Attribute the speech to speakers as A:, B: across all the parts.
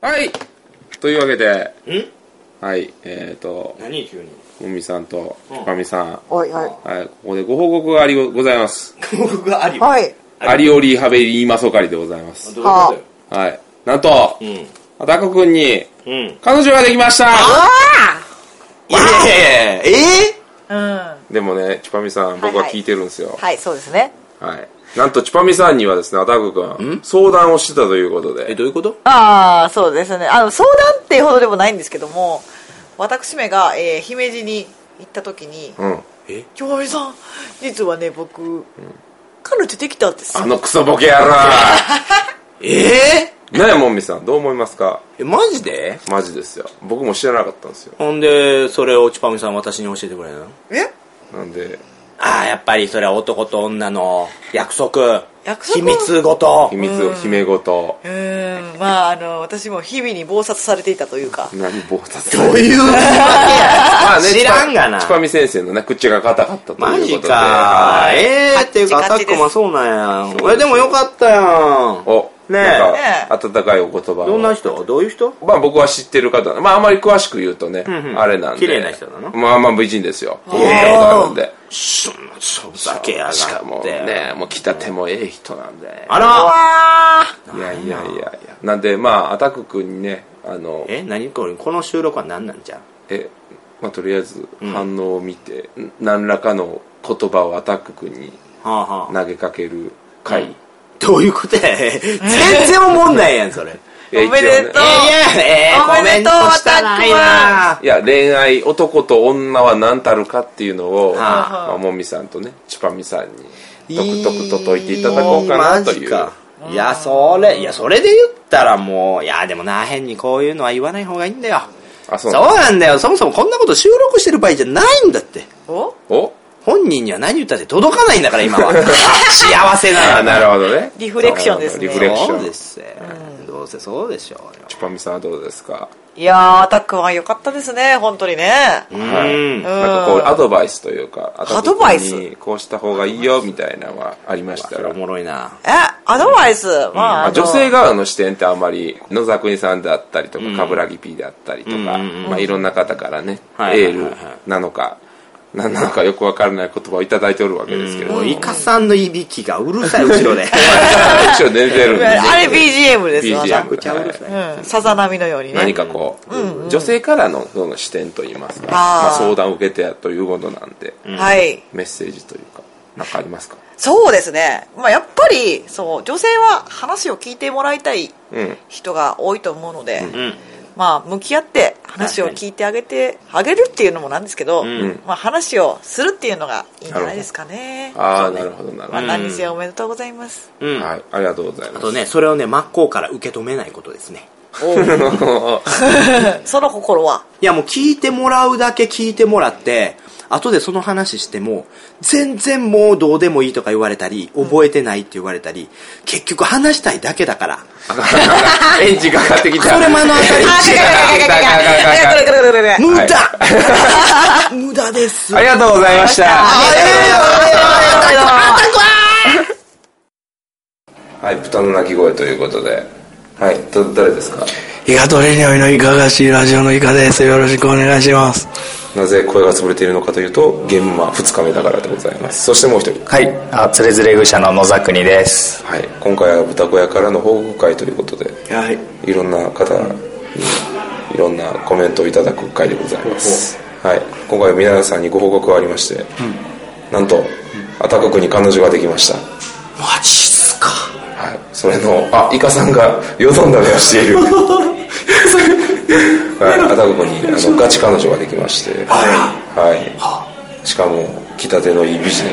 A: はいというわけで、
B: ん
A: はい、えっ、と、
B: 何急に
A: もみさんと
B: うん
A: かみさん、
C: はいは
A: はい、ここでご報告がありございます。
B: 広告があり
C: い。はい。
A: アリオリハベリーマソカリでございま
B: どう
A: す
B: い。うことよ
A: はい。なんと、
B: うん
A: ダコくんに、
B: うん
A: 彼女ができました
B: いやいやいやえ
C: うん。
A: でもね、チュパミさん、僕は聞いてるんですよ。
C: はい、そうですね。
A: はい。なんと、チュパミさんにはですね、ダコくん、相談をしてたということ
B: え
A: で、
B: どういうこと
C: ああ、そうですね。あの、相談っていうほどでもないんですけども、私めが、えー姫路に行った時に、
A: うん。
B: え
C: 京上さん、実はね、僕、彼女できたんです
A: あ
C: よ。
A: のクソボケ野 郎
B: え
A: ねえ、もみさん、どう思いますか
B: えマジで
A: マジですよ。僕も知らなかったんですよ。
B: ほんでそれをチュパミさん私に教えてくれな
C: え
A: なんで、
B: ああやっぱりそれは男と女の約束
C: 約束
B: 秘密事
A: 秘密を、姫ごと、
C: うーん、まあ、あの、私も日々に忙殺されていたというか、
A: 何暴殺
B: どういうわ
A: まあ
B: けや知らんがな
A: チュパミ先生のね、口が硬かったということ
B: マ
A: で。
B: ジか
A: はい
B: ええっていうか
C: カ
B: ア
C: ッチカチ
B: タックもそうなんやえでもよかったやん
A: お、
B: ねえ
A: なんか、温かいお言葉を
B: どんな人どういう人
A: まあ僕は知ってる方なまああまり詳しく言うとね、
B: んうん
A: あれなんで。
B: 綺麗な人なの
A: まあまあ美人ですよ。僕見たことあるんで。
B: そんなそざけやがって
A: しかもね、もう来たてもええ人なんで。
B: あら
A: いやいやいやいや。なんでまあ、アタック君にね、あの、え、
B: え何これこの収録は何なんじゃ
A: まあとりあえず反応を見て、ん何らかの言葉をアタック君に
B: はあはあ
A: 投げかける回。
B: どういうことや全然おもんないやん、それ。
A: いや
C: おめで
A: 一
C: と
A: 応
C: う
A: ね
B: ええ
C: おめでとう
B: コメントしたないない
A: や、恋愛、男と女は何たるかっていうのを、
B: はあ
A: まあもみさんとね、ちぱみさんに、とくとくと解いていただこうかなとい
B: マジ
A: う。
B: かいや、それ、いや、それで言ったらもう、いや、でもな、変にこういうのは言わない方がいいんだよ。
A: あ、そ
B: そうう
A: なの
B: なんだよ。そもそもこんなこと収録してる場合じゃないんだって。
C: お
A: お
B: 本人には何言ったって届かないんだから、今は。幸せ
A: あ、
B: なの
A: なるほどね。
C: リフレクションですね
A: リフレクシ
B: そ
A: ョ
B: う
A: ン
B: で。すよどうせそうでしょうよ。
A: ちぱみさんはどうですか
C: いやー、アタックは良かったですね、本当にね。
B: う
A: はい。
B: ん。
A: なんかこう、アドバイスというか、ア
C: アドバイス
A: にこうした方がいいよ、みたいなのはありました
B: それ
A: ら
B: お。もろいな。
C: え、アドバイス、まあ、あ
A: まあ
C: の
A: 女性側の視点ってあんまり野沢国さんであったりとか冠城 P であったりとか、まあ、いろんな方からね、
B: はいはいはいはい
A: エールなのか何なのかよくわからない言葉をいただいておるわけですけれど
B: も
A: も、
B: う、
A: 一
B: イカさんのいびきがうるさい、後ろで。
A: 応寝てるんで、
C: あれ BGM ですよ、
A: BGM
B: めちゃうるさい。
C: うん、さざ波のようにね。
A: 何かこう、女性からのその視点といいますか、
C: あー
A: まあ、相談を受けてということなんで、
C: はい。
A: メッセージというか何かありますか
C: そうですね。まあ、やっぱり、そう、女性は話を聞いてもらいたい
A: うん
C: 人が多いと思うので、
B: うん。
C: まあ、向き合って話を聞いてあげて、あげるっていうのもなんですけど、
B: ん
C: まあ、話をするっていうのがいいんじゃないですかね。
A: ああ、
C: そうね
A: なるほどなるほ
C: まあ、
A: ど、
C: 何にせよおめでとうございます。
B: うん。あ
A: はい、ありがとうございます
B: とね、それをね、真っ向から受け止めないことですね。
C: その心は。
B: いや、もう聞いてもらうだけ聞いてもらって、後でその話しても、全然もうどうでもいいとか言われたり、覚えてないって言われたり、結局話したいだけだから。
A: エンジンかかってきた
B: それもあの
A: エンジンか
B: あ
A: かってきたかかってきた
B: 無駄無駄です。
A: ありがとうございました。はい、豚の鳴き声ということで。はい、ど、誰ですか
D: イカトレニョイのイカがしいラジオのイカです。よろしくお願いします。
A: なぜ声が潰れているのかというと、現場2日目だからでございます。そしてもう一人。
E: はい、あつれづれ愚者の野沢国です。
A: はい、今回は豚小屋からの報告会ということで、
D: はい。
A: いろんな方に、いろんなコメントをいただく会でございます。はい、今回皆さんにご報告がありまして、なんと、アタック君に彼女ができました。
B: マジっすか。
A: はい、それのあイカさんがよどんだ目をしているはいアタグコにあのガチ彼女ができましてはいしかも来たてのいい美人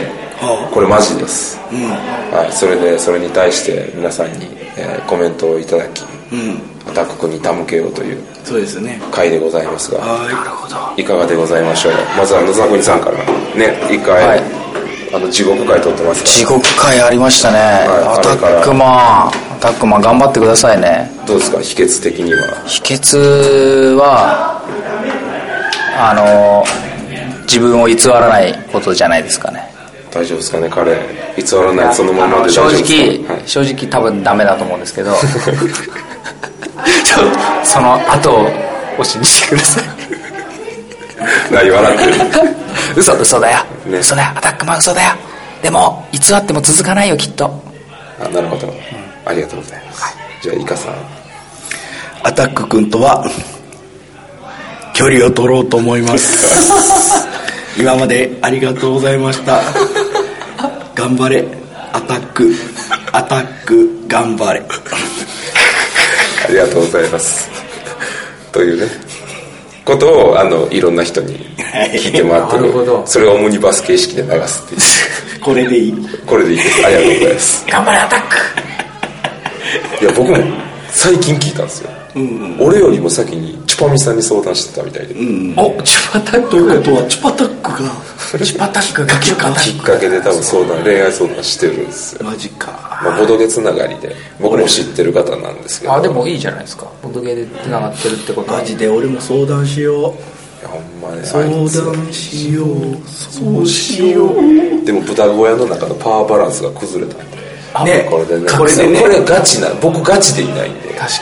A: これマジです、はい、それでそれに対して皆さんに、えーコメントをいただき、アタック君に手向けようという
D: そうですね。
A: 回でございますが
D: はい。なるほど。
A: いかがでございましょうまずは野沢国さんからね一回、あの地獄回撮ってますから
E: 地獄会ありましたね。
A: い
E: アタックマン、アタックマン頑張ってくださいね。
A: どうですか秘訣的には
E: 秘訣は、あの、自分を偽らないことじゃないですかね。
A: 大丈夫ですかね彼偽らないそのままで大
E: 正
A: 丈夫ですか
E: 直、
A: はい
E: 正直多分ダメだと思うんですけどちょその後をお信じてください
A: 何笑ってる
E: 嘘嘘だよ、
A: ね
E: 嘘だよアタックマン嘘だよでも偽っても続かないよきっと
A: あなるほど、ありがとうございます、じゃあイカさん
D: アタック君とは距離を取ろうと思います 今までありがとうございました頑張れアタックアタック頑張れ
A: ありがとうございますというねことをあのいろんな人に聞いてもらって
E: はいなるほど
A: それをオムニバス形式で流すっていう
D: これでいい
A: これでいいですありがとうございます
E: 頑張れアタック
A: いや僕も最近聞いたんですよ、俺よりも先にチュパミさんに相談してたみたいで、
E: おチュパタック
D: ということはチュパタックが
E: チュパタックがチュパタ
A: きっ
E: ック
A: かけで多分相談恋愛相談してるんですよ、
D: マジか
A: まあ、ボドゲつながりで僕も知ってる方なんですけど
E: あでもいいじゃないですかボドゲで繋がってるってことは
D: マジで俺も相談しよう
A: いやほんまねあ
D: 相
A: いつ
D: 談しようそうしよう
A: でも豚小屋の中のパワーバランスが崩れたんで
D: ね
A: これでね
D: これでね
A: これガチな僕ガチでいないんで
E: 確か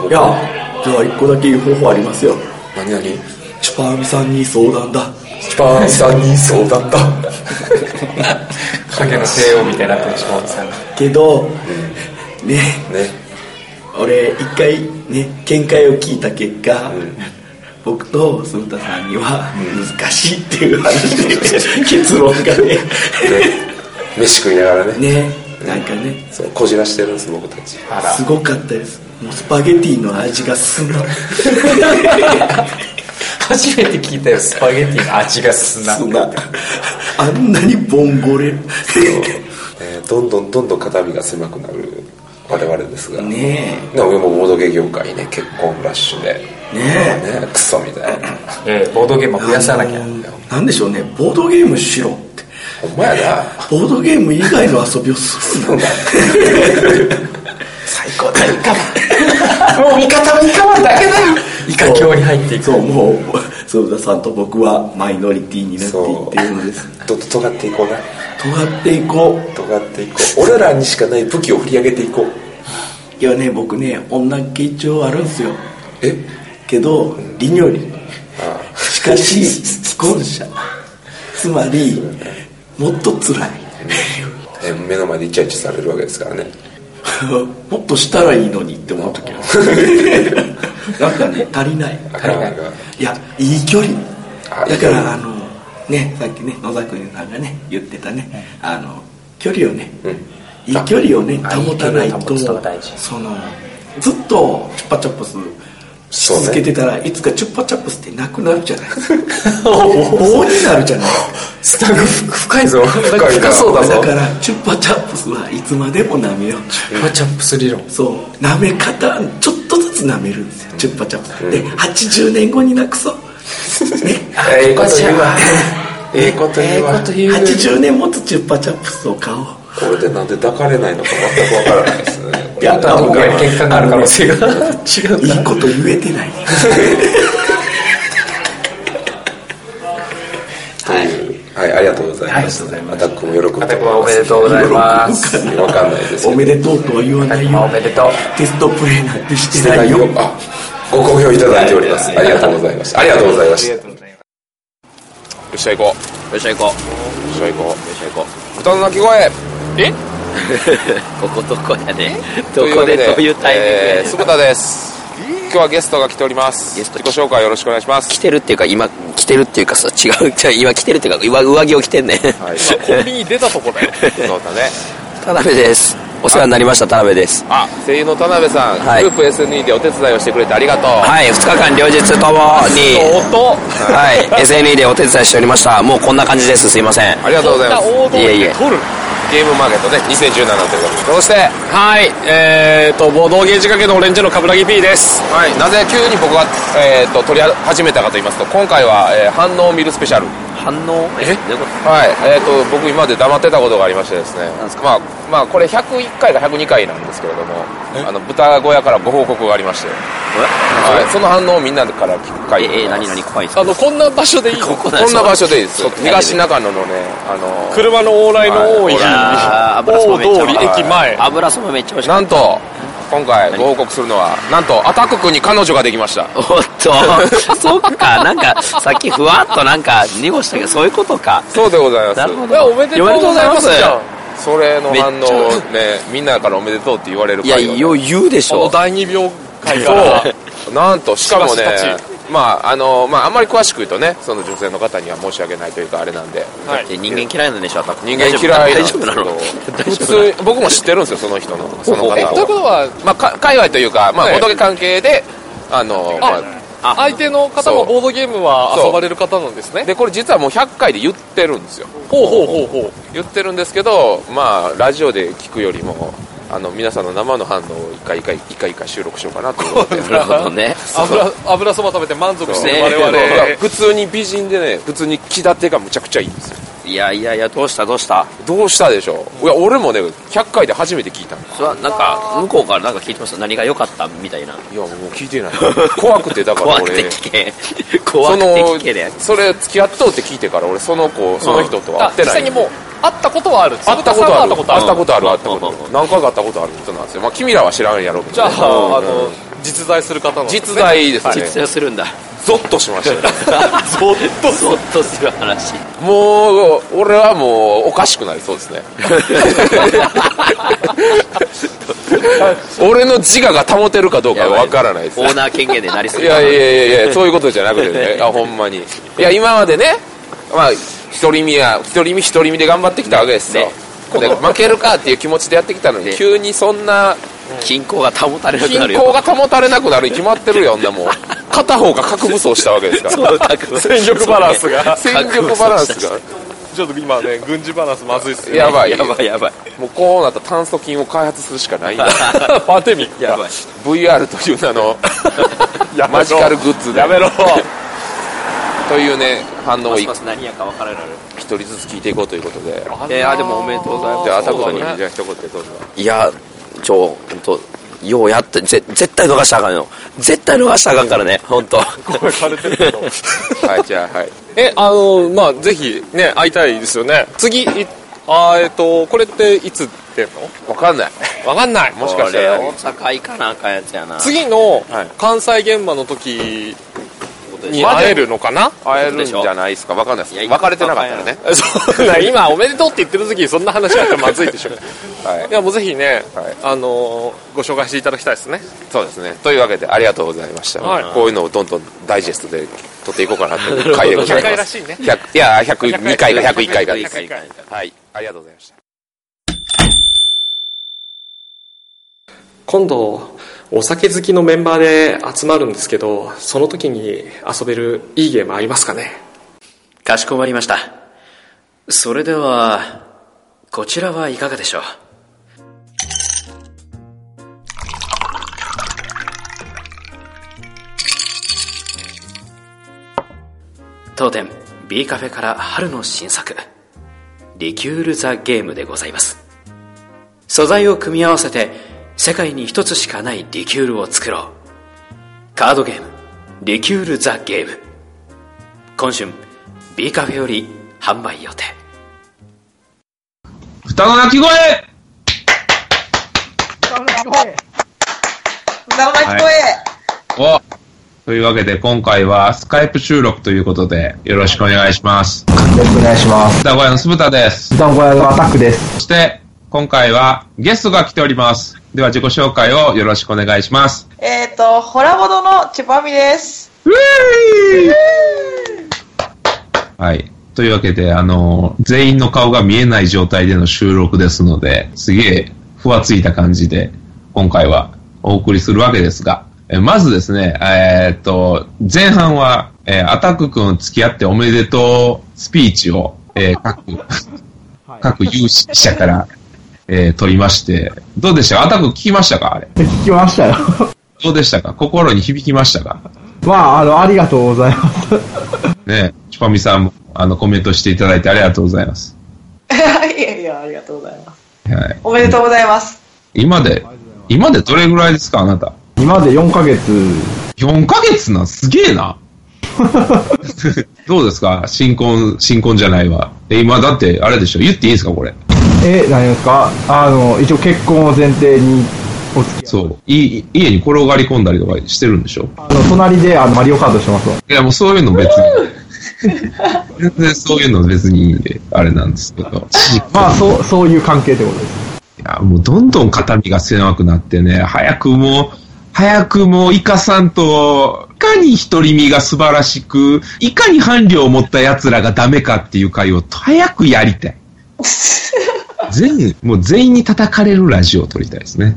A: もう
D: いやじゃあ一個だけ言う方法ありますよ
A: 何何
D: チュパミさんに相談だ
A: チュパミさんに相談だ
E: に影の帝王みたいになってるしさん
D: けどね
A: ね
D: 俺一回ね見解を聞いた結果、僕と鈴田さんには難しいっていう話で、結論がね
A: ね飯食いながらね
D: ねなんかね
A: そうこじらしてるんです僕たち
E: あら
D: すごかったですもうスパゲティの味がす んな
E: 初めて聞いたよスパゲティの味がすんな
D: すんなあんなにボンゴレ
A: えーどんどんどんどん肩身が狭くなる我々ですが
D: ね
A: でももボードゲー業界ね結婚ラッシュで
D: えねえ
A: ねクソみたいな
E: ええボードゲームは増やさなきゃ
D: あのーなんでしょうねボードゲームしろって
A: ほんまやな
D: ボードゲーム以外の遊びをする のが最高だイカ
E: もう味方味方だけだよイカ教に入っていく
D: そうもう鈴田さんと僕はマイノリティになってい
A: そ
D: っているのです
A: うどんどん尖っていこうな
D: 尖っていこ
A: 尖っていこう俺らにしかない武器を振り上げていこう
D: ういやね僕ね女っ気一応あるんですよ
A: え
D: けど理によりしかし既婚者つまりもっと辛い
A: えー目の前でイチャイチャされるわけですからね
D: もっとしたらいいのにって思う時あ るなんかね足りない
A: なかなか
D: いやいい距離
A: あ
D: だ
A: いい
D: か
A: 距
D: ら
A: 離
D: あのねさっきね野田君さんがね言ってたね、あの距離をね、いい距離をね
E: あ
D: 保たない
E: いい距離を
D: と
E: 保つのが大事
D: そのずっとチュッパチャップスし
A: そうね
D: 続けてたら、いつかチュッパチャップスってなくなるじゃないですか棒になるじゃない
E: スタグ深いぞ
A: いな
E: 深そうだ
D: だ
E: ぞ
D: からチュッパチャップスはいつまでも舐めよう
E: パチャップス理論
D: そう舐め方ちょっとずつ舐めるんですよ、チュッパチャップスで80年後になくそうね
A: ええこと言うわええこと言うわ
D: 80年持つチュッパチャップスを買おう
A: これでなんで抱かれないのか全くわからないですね
D: いや
E: あとは結果がある可能性が違う
D: いいこと言えてない
A: はいはい、ありがとうございます。アタックも喜ぶと思います。
E: アタックはおめでとうございます
A: わかんないですけど。
D: おめでとうとは言わない
E: まあ
D: よ
E: おめでとう
D: テストプレイなんてし
A: してて
D: な
A: ないい
D: よ
A: よ。あ、ご好評いただいております。ありがとうございました。ありがとうございました。よっしゃ行こう。よっしゃ行こう。よっしゃ行こう。よっしゃ行こう。豚の鳴き声
F: ここどこやねど
A: という
F: こ
A: わ
F: で
A: け
F: どういうタイミング
A: え
F: で
A: ー、鈴田です。今日はゲストが来ております。
F: ゲスト
A: 自己紹介よろしくお願いします
F: 来。てるっていうか今来てるっていうかさ違うじゃあ今来てるっていうか上上着を着て んね
A: はい。
F: そう
G: ビに出たと こだよ
A: そうだね。
F: 田辺ですお世話になりました田辺です
A: あ、声優の田辺さん、
F: はい
A: グループ SNE でお手伝いをしてくれてありがとう。
F: はい2日間両日ともに
G: 音
F: はい SNE でお手伝いしておりましたもうこんな感じですすいません
A: ありがとうございます。
G: 王道
F: いえいえ
G: で撮る
A: ゲームマーケットね、2017ということで。そして、
G: はいえーとボードゲージ掛けのオレンジの冠城 P です
A: はい、なぜ急に僕が、えー、と取り始めたかと言いますと今回は、えー反応を見るスペシャル
F: 反応えどういうこ
A: はい、えー、と僕今まで黙ってたことがありましてですねまあ、まあこれ101回か102回なんですけれどもあの豚小屋からご報告がありまして、はい、その反応をみんなから聞く
F: と
A: 回
F: え
A: でございま
F: え
A: す
F: 何何怖いんです
G: あ
F: か
G: のこんな場所でいいの
F: こ
A: こんな場所でいいです
F: ちょっと
A: 東中野のねあのー
G: 車の往来の多い
F: いやー油そば
G: 大
F: めっちゃ
G: 通り駅前
F: 油そばめっちゃ美味しかっ
A: なんと今回ご報告するのはなんとアタック君に彼女ができました
F: おっと そっかなんかさっきふわっとなんか濁したけどそういうことか
A: そうでございます
F: なるほ
G: いや
F: ど
G: おめでとうございます
F: おめでと
G: じゃ
F: うございま
A: それの反応ねみんなからおめでとうって言われる
F: いや
A: 回をね
F: よう言うでし
G: この
F: ょ
G: 第2秒会か
A: そ
G: ら
A: うなんとしかもね
G: しばしたち
A: まああのまああんまり詳しく言うとねその女性の方には申し訳ないというかあれなんで
G: はい
F: 人間嫌いなんでしょアタック
A: 人間嫌いなん
F: 大
A: ですけ
F: 丈
A: ど
F: 夫なの
A: 普通僕も知ってるんですよその人のその
F: ほうほ
A: 方
F: う
G: えというこ
A: を
G: とは
A: まあか界隈というかまあ
G: はい
A: 仏関係であのまあ
F: あ
G: 相手の方もボードゲームは
A: そう
G: 遊ばれる方なんですね
A: でこれ実はもう100回で言ってるんですよ
G: ほうほうほうほう
A: 言ってるんですけどまあラジオで聞くよりもあの皆さんの生の反応を一回一回一回一回収録しよう かなと思って
F: なるほどね
G: 油油そば食べて満足してる我
F: ね
G: 々
A: 普通に美人でね普通に気立てがむちゃくちゃいいんですよ
F: いやいやいやどうしたどうした
A: どうしたでしょういや俺もね100回で初めて聞いたのい
F: それはなんか向こうからなんか聞いてました何が良かったみたいな
A: やもう聞いて ない怖くてだから
F: 怖く
A: 俺
F: て聞け 怖くて聞けで
A: それ付き合っとうって聞いてから俺その子その人とは
G: あ
A: 会って
G: 実
A: ない
G: 際にもう会ったことはある
A: 会ったことある
G: 鈴鹿さんは会ったことあ
A: 会
G: る
A: ったことある会った
F: うんうん
A: こ
F: うん
A: と何回か会ったことある人なんですよまあ君らは知らんやろうけど
G: じゃああ
A: うん
G: の実在する方の
A: 実在ですね
F: 実用する んだ
A: ゾッとしましたね
F: ゾッとゾッとする話
A: もう俺はもうおかしくなりそう ですね俺の自我が保てるかどうかわからないです
F: オーナー権限でなりす
A: い
F: ぎ
A: や
F: た
A: いやいやいやそういうことじゃなくて ねあほんまにいや今までねまあ一人身や一人身一人身で頑張ってきたわけですよ、
F: ね
A: で負けるかっていう気持ちでやってきたのに、
F: ね
A: 急にそんな
F: 均衡が保たれなく
A: 均
F: なる
A: 衡
F: よ
A: が保たれなくなるに決まってるよんなもう片方が核武装したわけですから
F: そう核
G: 戦力バランスが
A: 戦力バランスが
G: ちょっと今ね軍事バランスまずいっ すよ
A: やばい
F: やばいやばい
A: もうこうなったら炭素菌を開発するしかないんだ
G: パテミック
F: やばい
A: VR という名 の
G: やめろ
A: マジカルグッズで
G: やめろ
A: というね反応を一
F: 何やか分からない
A: 人ずつ聞いていこうということで
F: いやでもおめでとうございます
A: じゃあ朝子
F: そ
A: さ
F: うん
A: に
F: だね
A: じゃあ一言でどうぞ
F: いやちょ本当ようやってぜ絶対逃したらあかんよ絶対逃したらあかんからね本当
G: 声枯れてるけど
A: はいじゃあはい
G: えあのまあぜひね会いたいですよね次いあーえっとこれっていつ出ん
A: わ
G: の
A: かんない
G: わかんない
A: もしかしたら
F: これ大阪行かなあかんやつやな
G: 次の
A: はい
G: 関西現場の時
F: ことで
G: に
F: しょ
G: 会えるのかな
A: 会えるんじゃないですかわかんないです
F: いや
A: 別れてなかったらね
G: そんな今おめでとうって言ってる時にそんな話あったらまずいでしょ
A: はい
G: いやもうぜひね、
A: はい
G: あのーご紹介していただきたいですね
A: そうですねというわけでありがとうございました、
G: はい
A: こういうのをどんどんダイジェストで撮っていこうかなと いう回でござい
G: 100回
A: ま
G: ら
A: す
G: しいね
A: 100いや102回が101回がです
F: 101回
A: はいありがとうございました
H: 今度お酒好きのメンバーで集まるんですけどその時に遊べるいいゲームありますかね
F: かしこまりましたそれではこちらはいかがでしょう当店 B カフェから春の新作リキュール・ザ・ゲームでございます素材を組み合わせて世界に一つしかないリキュールを作ろうカードゲームリキュール・ザ・ゲーム今春 B カフェより販売予定
A: 双の鳴き声
C: 歌の鳴き声、
A: おというわけで今回はスカイプ収録ということでよろしくお願いします。よろしくお願いします。歌声の酢豚です。歌声のアタックです。そして今回はゲストが来ております。では自己紹介をよろしくお願いします。
C: えっ、ー、とホラボドのチュパミです
A: ウェーイはい。というわけで、あの、全員の顔が見えない状態での収録ですので、すげえ、ふわついた感じで、今回はお送りするわけですが、えまずですね、えーっと、前半は、えーアタック君付き合っておめでとうスピーチを、え ー各、各有識者から、えー取りまして、どうでしたかアタック聞きましたかあれ。
I: 聞きましたよ。
A: どうでしたか心に響きましたか
I: まあ、あの、ありがとうございます。
A: ね、チュパミさんもあのコメントしていただいてありがとうございます。
C: いやいやありがとうございます
A: はい、
C: おめでとうございます
A: 今で、今でどれぐらいですか、あなた。
I: 今まで4ヶ月、
A: 4ヶ月なんすげえな。どうですか新婚、新婚じゃないわ。え今だって、あれでしょ言っていいんですかこれ。
I: え、何ですかあの、一応結婚を前提にお付き合い。
J: そう。いい家に転がり込んだりとかしてるんでしょ
I: あの、隣で、あの、マリオカートしてますわ。
J: いや、もうそういうの別に。全然そういうの別にいいんで、あれなんですけど。
I: まあ、そう、そういう関係ってことです。
J: いや、もうどんどん肩身が狭くなってね、早くもう、早くもうイカさんと、いかに独り身が素晴らしく、いかに伴侶を持った奴らがダメかっていう回を早くやりたい。全員、もう全員に叩かれるラジオを撮りたいですね。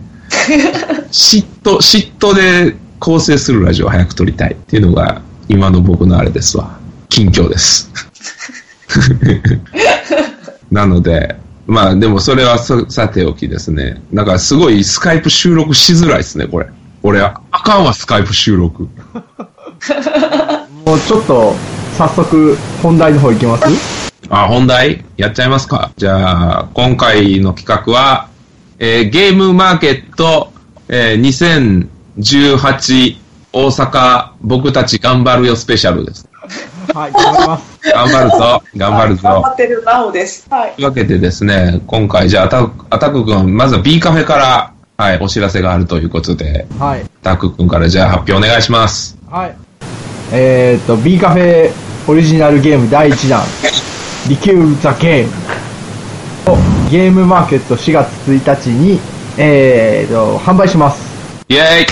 J: 嫉妬、嫉妬で構成するラジオを早く撮りたいっていうのが、今の僕のあれですわ。近況です。なので、まあでもそれはささておきですね。なんかすごいスカイプ収録しづらいですね、これ。俺、あかんわ、スカイプ収録。
I: もうちょっと、早速、本題の方行きます
J: あ、本題やっちゃいますか。じゃあ、今回の企画は、えーゲームマーケット、えー2018大阪僕たち頑張るよスペシャルです。
I: はい、頑張ります。
J: 頑張るぞ、頑張るぞ。
C: 待ってるなおです。はい。
J: というわけでですね、今回、じゃあ、アタクアタク君、まずは B カフェから、はい、お知らせがあるということで、
I: はい。
J: タク君からじゃあ発表お願いします。
I: はい。えー、っと、B カフェオリジナルゲーム第1弾、リキューザゲームをゲームマーケット4月1日に、えー、っと、販売します。
J: イェーイ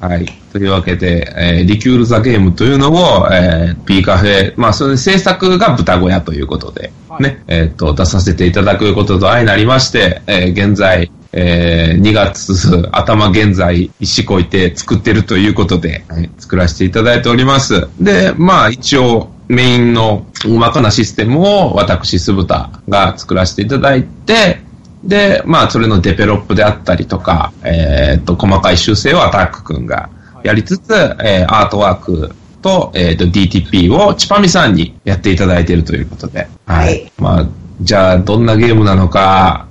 J: はい。というわけで、えーリキュール・ザ・ゲームというのを、えー、B カフェ、まあ、その制作が豚小屋ということで、ね、えーっと、出させていただくことと相なりまして、えー現在、えー2月頭現在、石こいて作ってるということで、はい作らせていただいております。で、まあ、一応、メインの大まかなシステムを私、酢豚が作らせていただいて、で、まあ、それのデベロップであったりとか、えーっと、細かい修正をアタック君がやりつつ、えーアートワークと、えーっと、DTP をチパミさんにやっていただいているということで。はい。まあ、じゃあ、どんなゲームなのか、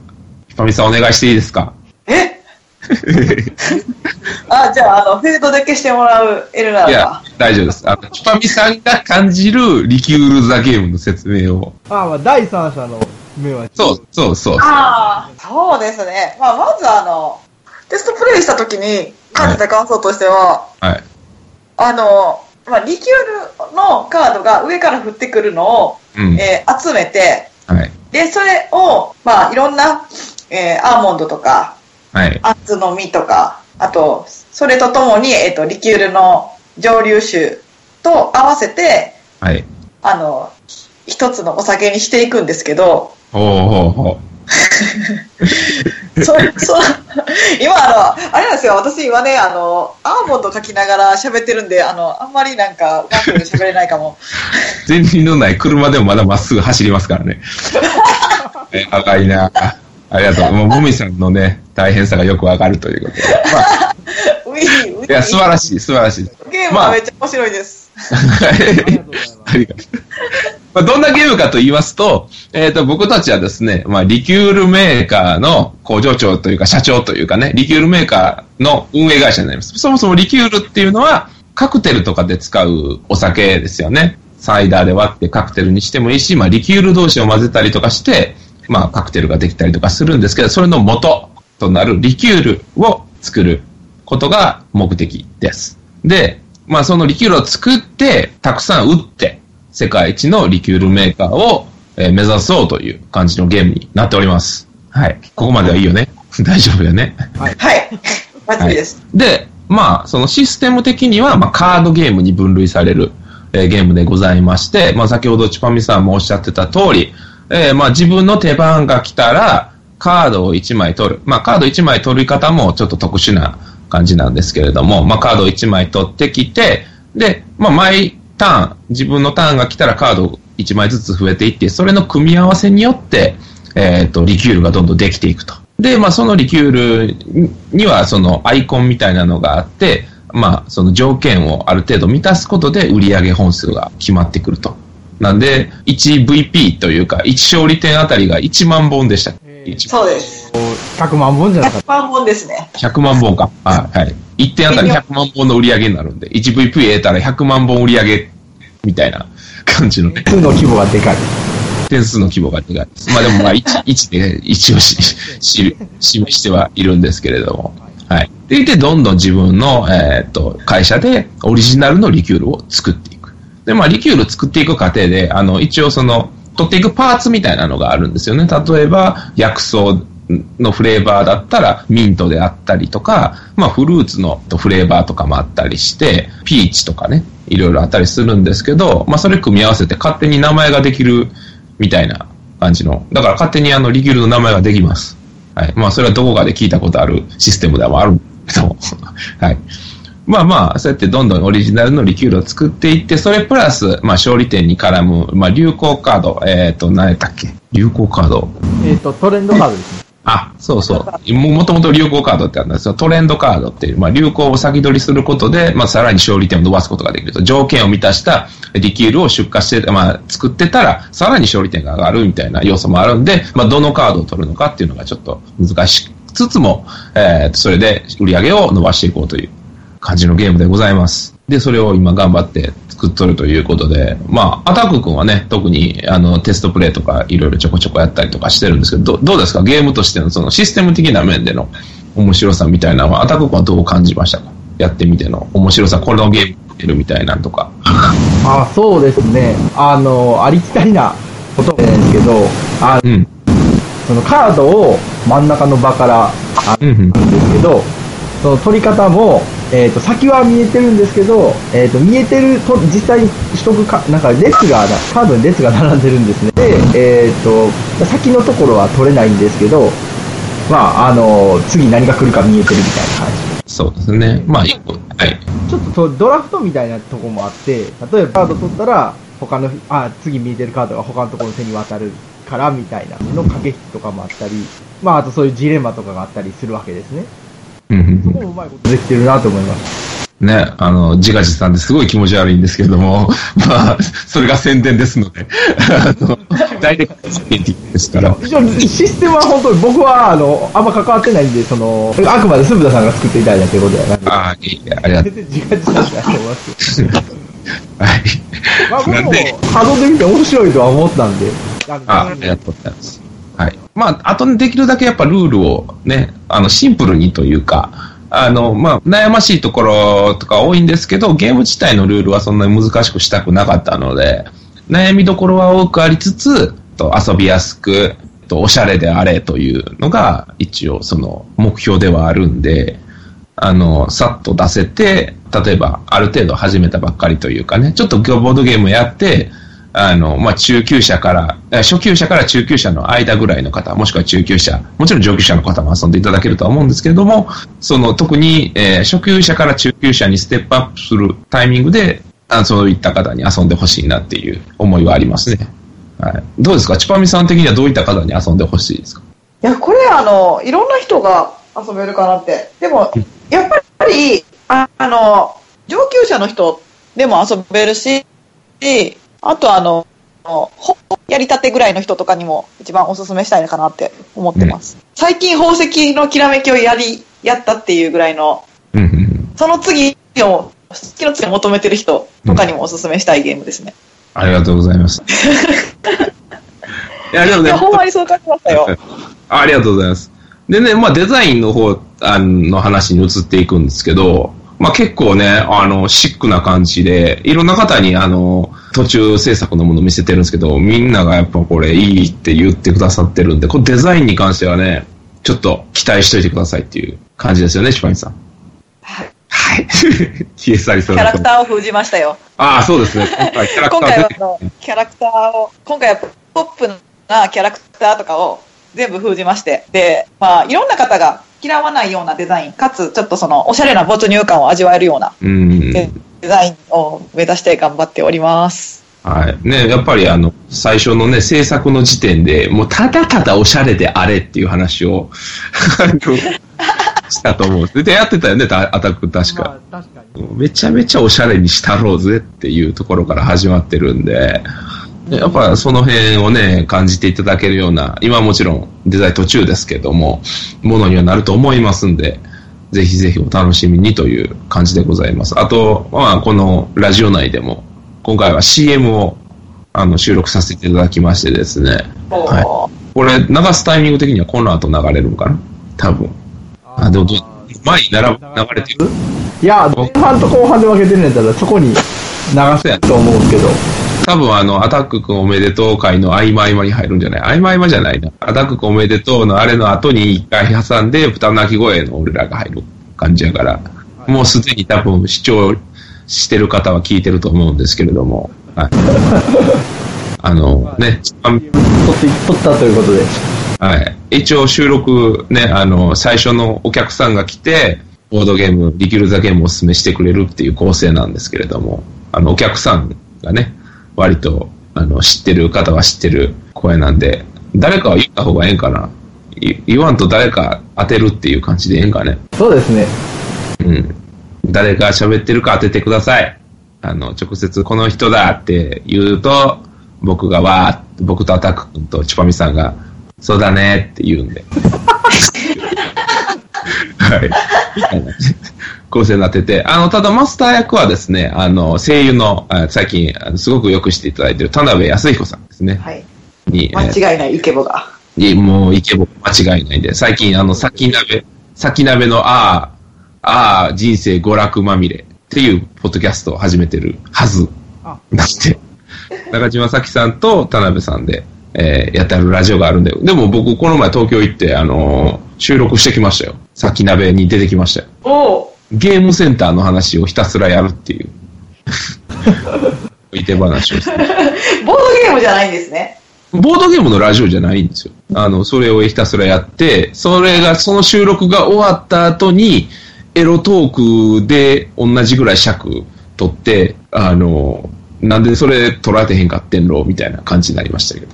J: チパミさんお願いしていいですか
C: えあ、じゃあ、あの、フェードだけしてもらうエルラ
J: い
C: ー
J: や
C: が。、
J: 大丈夫です。あの、チパミさんが感じるリキュール・ザ・ゲームの説明を。
I: まあまあ、第三者の目は、
J: そう、そう、そう。
C: ああ、そうですね。まあ、まずあの、テストプレイした時に感じた感想としては、
J: はい。
C: あの、まあ、リキュールのカードが上から降ってくるのを、
J: うん
C: えー集めて、
J: はい。
C: で、それを、まあ、いろんな、えーアーモンドとか、
J: はい。
C: アツの実とか、あと、それとともに、えっ、と、リキュールの蒸留酒と合わせて、
J: はい。
C: あの、一つのお酒にしていくんですけど、
J: ほうほうほ
C: そそう今あの、あれなんですよ、私今ね、あの、アーモンド書きながら喋ってるんで、あの、あんまりなんか、うまく喋れないか も。
J: う。前輪のない車でもまだまっすぐ走りますからね。え、赤いな。ありがとう。もう、もみさんのね、大変さがよくわかるということで。まあ、
C: ウィー、ウィ
J: いや、素晴
C: ー。
J: らしい、素晴らしい。
C: ゲーム
J: ま
C: は
J: あ
C: めっちゃ面白いです。
J: はい。 ありがとう。まあ、どんなゲームかと言いますと、えっ、と、僕たちはですね、まあ、リキュールメーカーの工場長というか、社長というかね、リキュールメーカーの運営会社になります。そもそもリキュールっていうのは、カクテルとかで使うお酒ですよね。サイダーで割ってカクテルにしてもいいし、まあ、リキュール同士を混ぜたりとかして、まあ、カクテルができたりとかするんですけど、それの元となるリキュールを作ることが目的です。で、まあそのリキュールを作って、たくさん売って、世界一のリキュールメーカーを、えー目指そうという感じのゲームになっております。はい。ここまではいいよね。 大丈夫よね。
C: はい。バッチリです。
J: で、まあ、そのシステム的には、まあ、カードゲームに分類される、えーゲームでございまして、まあ、先ほどチュパミさんもおっしゃってた通り、えーまあ、自分の手番が来たら、カードを1枚取る。まあ、カード1枚取り方もちょっと特殊な感じなんですけれども、まあ、カードを1枚取ってきて、で、まあ、毎ターン、自分のターンが来たらカード1枚ずつ増えていって、それの組み合わせによって、えっ、と、リキュールがどんどんできていくと。で、まあ、そのリキュールには、そのアイコンみたいなのがあって、まあ、その条件をある程度満たすことで売上本数が決まってくると。なんで、1VP というか、1勝利点あたりが1万本でした。1
C: そうです。
I: 100万本じゃなかっ
C: 100万本ですね。
J: 100万本か。はい。はい。1点あたり100万本の売り上げになるんで、1VP 得たら100万本売り上げみたいな感じのね。
I: た。2の規模がでかい。
J: 点数の規模が違います。まあでもまあ1、1で一応し、しる、示してはいるんですけれども。はい。でいて、どんどん自分の、えーっと、会社でオリジナルのリキュールを作っていく。で、まあ、リキュール作っていく過程で、あの、一応その、取っていくパーツみたいなのがあるんですよね。例えば、薬草のフレーバーだったら、ミントであったりとか、まあ、フルーツのフレーバーとかもあったりして、ピーチとかね、いろいろあったりするんですけど、まあ、それ組み合わせて勝手に名前ができるみたいな感じの、だから勝手にあの、リキュールの名前ができます。はい。まあ、それはどこかで聞いたことあるシステムではあるんだけど、 はい。まあまあ、そうやってどんどんオリジナルのリキュールを作っていって、それプラス、まあ、勝利点に絡む、まあ、流行カード、えっ、と、何やったっけ流行カード。
I: えっ、と、トレンドカードですね。
J: あ、そうそう。ももともと流行カードってあるんですよ。トレンドカードっていう、まあ、流行を先取りすることで、まあ、さらに勝利点を伸ばすことができると。条件を満たしたリキュールを出荷して、まあ、作ってたら、さらに勝利点が上がるみたいな要素もあるんで、まあ、どのカードを取るのかっていうのがちょっと難しつつも、えーそれで売り上げを伸ばしていこうという感じのゲームでございます。で、それを今頑張って作っとるということで、まあ、アタック君はね、特にあのテストプレイとかいろいろちょこちょこやったりとかしてるんですけど、どどうですかゲームとしてのそのシステム的な面での面白さみたいなのは、アタック君はどう感じましたかやってみての面白さ、これのゲームやってるみたいなんとか。
I: あ、そうですね。あの、ありきたりなことなんですけど、あ
J: うん。
I: そのカードを真ん中の場からあ
J: うんうん。
I: なんですけど、その取り方も、えっ、と、先は見えてるんですけど、えっ、と、見えてると、実際に取得か、なんか列が、カードに列が並んでるんですね。で、えっ、と、先のところは取れないんですけど、まあ、あの、次何が来るか見えてるみたいな感じ。
J: そうですね。まあ、一個、はい。
I: ちょっととドラフトみたいなとこもあって、例えばカード取ったら、他の、あ、次見えてるカードが他のところの手に渡るからみたいなの駆け引きとかもあったり、まああとそういうジレンマとかがあったりするわけですね。
J: うんうんうん
I: もううまいことできてるなと思います。
J: ね、あの、自画自賛ですごい気持ち悪いんですけれども、 まあ、それが宣伝ですので、あの、ダイレクトスケーティングですから。
I: 一応システムは本当に僕は、あの、あんま関わってないんで、その、あくまで鈴田さんが作っていただいたということではなく、
J: ああ、いや、ありがとう。
I: 全然自画自賛だと思いますけ
J: はい。
I: ど。まあ僕
J: なん
I: も
J: で、
I: ハードで見て面白いとは思ったんで、あの
J: あありがとうございます。はい。まあ、あとねできるだけやっぱルールをね、あの、シンプルにというか、あの、まあ、悩ましいところとか多いんですけど、ゲーム自体のルールはそんなに難しくしたくなかったので、悩みどころは多くありつつ、と遊びやすく、とおしゃれであれというのが、一応その目標ではあるんで、あの、さっと出せて、例えば、ある程度始めたばっかりというかね、ちょっとボードゲームやって、あの、まあ、中級者から、え初級者から中級者の間ぐらいの方、もしくは中級者、もちろん上級者の方も遊んでいただけるとは思うんですけれども、その、特に、えー初級者から中級者にステップアップするタイミングで、あそういった方に遊んでほしいなっていう思いはありますね。はい。どうですかチパミさん的にはどういった方に遊んでほしいですか
C: いや、これ、あの、いろんな人が遊べるかなって。でも、やっぱり、ああの、上級者の人でも遊べるし、あと、あの、ほやりたてぐらいの人とかにも一番おすすめしたいのかなって思ってます。最近宝石のきらめきをやり、やったっていうぐらいの、
J: うんうんうん。
C: その次を、次の次を求めてる人とかにもおすすめしたいゲームですね。
J: ありがとうござい ます。いや、でも
C: い
J: ね
C: や、、ほんまに そう感じましたよ。
J: あありがとうございます。でね、まあデザインの方あの話に移っていくんですけど、まあ結構ね、あの、シックな感じで、いろんな方にあの、途中制作のもの見せてるんですけど、みんながやっぱこれいいって言ってくださってるんで、これデザインに関してはね、ちょっと期待しといてくださいっていう感じですよね、シュパイさん。はい。 消え去り
C: キ
J: そ
C: ャ
J: うな
C: ラ
J: と
C: ク
J: 思
C: タ
J: う。
C: ーを封じましたよ。
J: ああ、そうですね。今回キャラク
C: 今
J: ター
C: 回は
J: 出て
C: あのキャラクターを、今回はポップなキャラクターとかを全部封じまして、で、まあ、いろんな方が嫌わないようなデザイン、かつちょっとそのおしゃれな没入感を味わえるような
J: うん。
C: デザインを目指して頑張っております。
J: はい。ね、やっぱりあの、最初のね、制作の時点で、もうただただおしゃれであれっていう話を、あのしたと思うんです。で、やってたよね、たアタック確か。
I: まあ確かに。
J: めちゃめちゃおしゃれにしたろうぜっていうところから始まってるんで、やっぱその辺をね、感じていただけるような、今もちろんデザイン途中ですけども、ものにはなると思いますんで、ぜひぜひお楽しみにという感じでございます。あと、まあ、このラジオ内でも、今回は CM をあの、収録させていただきましてですね。はい。これ、流すタイミング的にはこの後流れるのかな多分。あ、でもどう、前に並ぶ流れてる。
I: いや、前半と後半で分けてるんやったら、そこに流
J: そうや
I: すと思うんですけど。
J: 多分あの、アタック君おめでとう会の合間合間に入るんじゃない合間合間じゃないな。アタック君おめでとうのあれの後に一回挟んで、豚鳴き声の俺らが入る感じやから、もうすでに多分視聴してる方は聞いてると思うんですけれども、はい。あの、ね、
I: 取って、取ったということで。
J: はい。一応収録ね、あの、最初のお客さんが来て、ボードゲーム、リキュールザゲームをお勧めしてくれるっていう構成なんですけれども、あの、お客さんがね、割と、あの、知ってる方は知ってる声なんで、誰かは言った方がええんかない言わんと誰か当てるっていう感じでええんかね。
I: そうですね。
J: うん。誰が喋ってるか当ててください。あの、直接この人だって言うと、僕がわーっ僕とアタック君とチュパミさんが、そうだねって言うんで。 はい。みたいな構成になってて、あの、ただマスター役はですね、あの、声優の、あ最近、あのすごくよくしていただいてる田辺康彦さんですね。
C: はい。
J: に、えー
C: 間違いない、イケボが。
J: いやもう、イケボ間違いないんで、最近、あの、先鍋、先鍋のああ、ああ、人生娯楽まみれっていうポッドキャストを始めてるはず
I: あ
J: なんで、中島咲さんと田辺さんで、えーやってあるラジオがあるんだよ。でも僕、この前東京行って、あのー収録してきましたよ。先鍋に出てきましたよ。
C: おう
J: ゲームセンターの話をひたすらやるっていう。置いて話をして
C: ボードゲームじゃないんですね。
J: ボードゲームのラジオじゃないんですよ。あの、それをひたすらやって、それが、その収録が終わった後に、エロトークで同じぐらい尺取って、あの、なんでそれ取られてへんかってんろみたいな感じになりましたけど。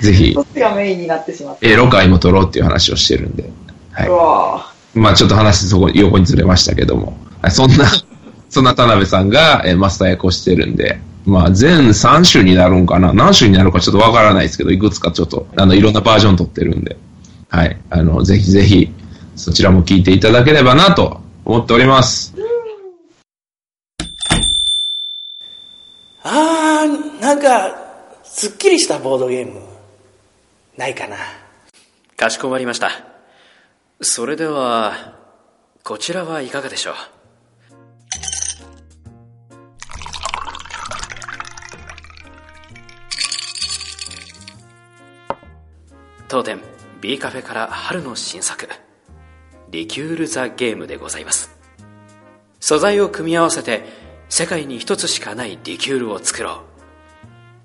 J: ぜひ
C: そ、っちがメインになってしまって。。
J: エロ回も取ろうっていう話をしてるんで。はいう
C: わ
J: まあちょっと話そこ、横にずれましたけども。はいそんな、 そんな田辺さんが、えーマスター役をしてるんで、まあ全3種になるんかな何種になるかちょっとわからないですけど、いくつかちょっと、あの、いろんなバージョン撮ってるんで、はい。あの、ぜひぜひ、そちらも聞いていただければなと思っております。
K: あー、なんか、すっきりしたボードゲーム、ないかな。
F: かしこまりました。それでは、こちらはいかがでしょう当店 B カフェから春の新作、リキュール・ザ・ゲームでございます。素材を組み合わせて世界に一つしかないリキュールを作ろ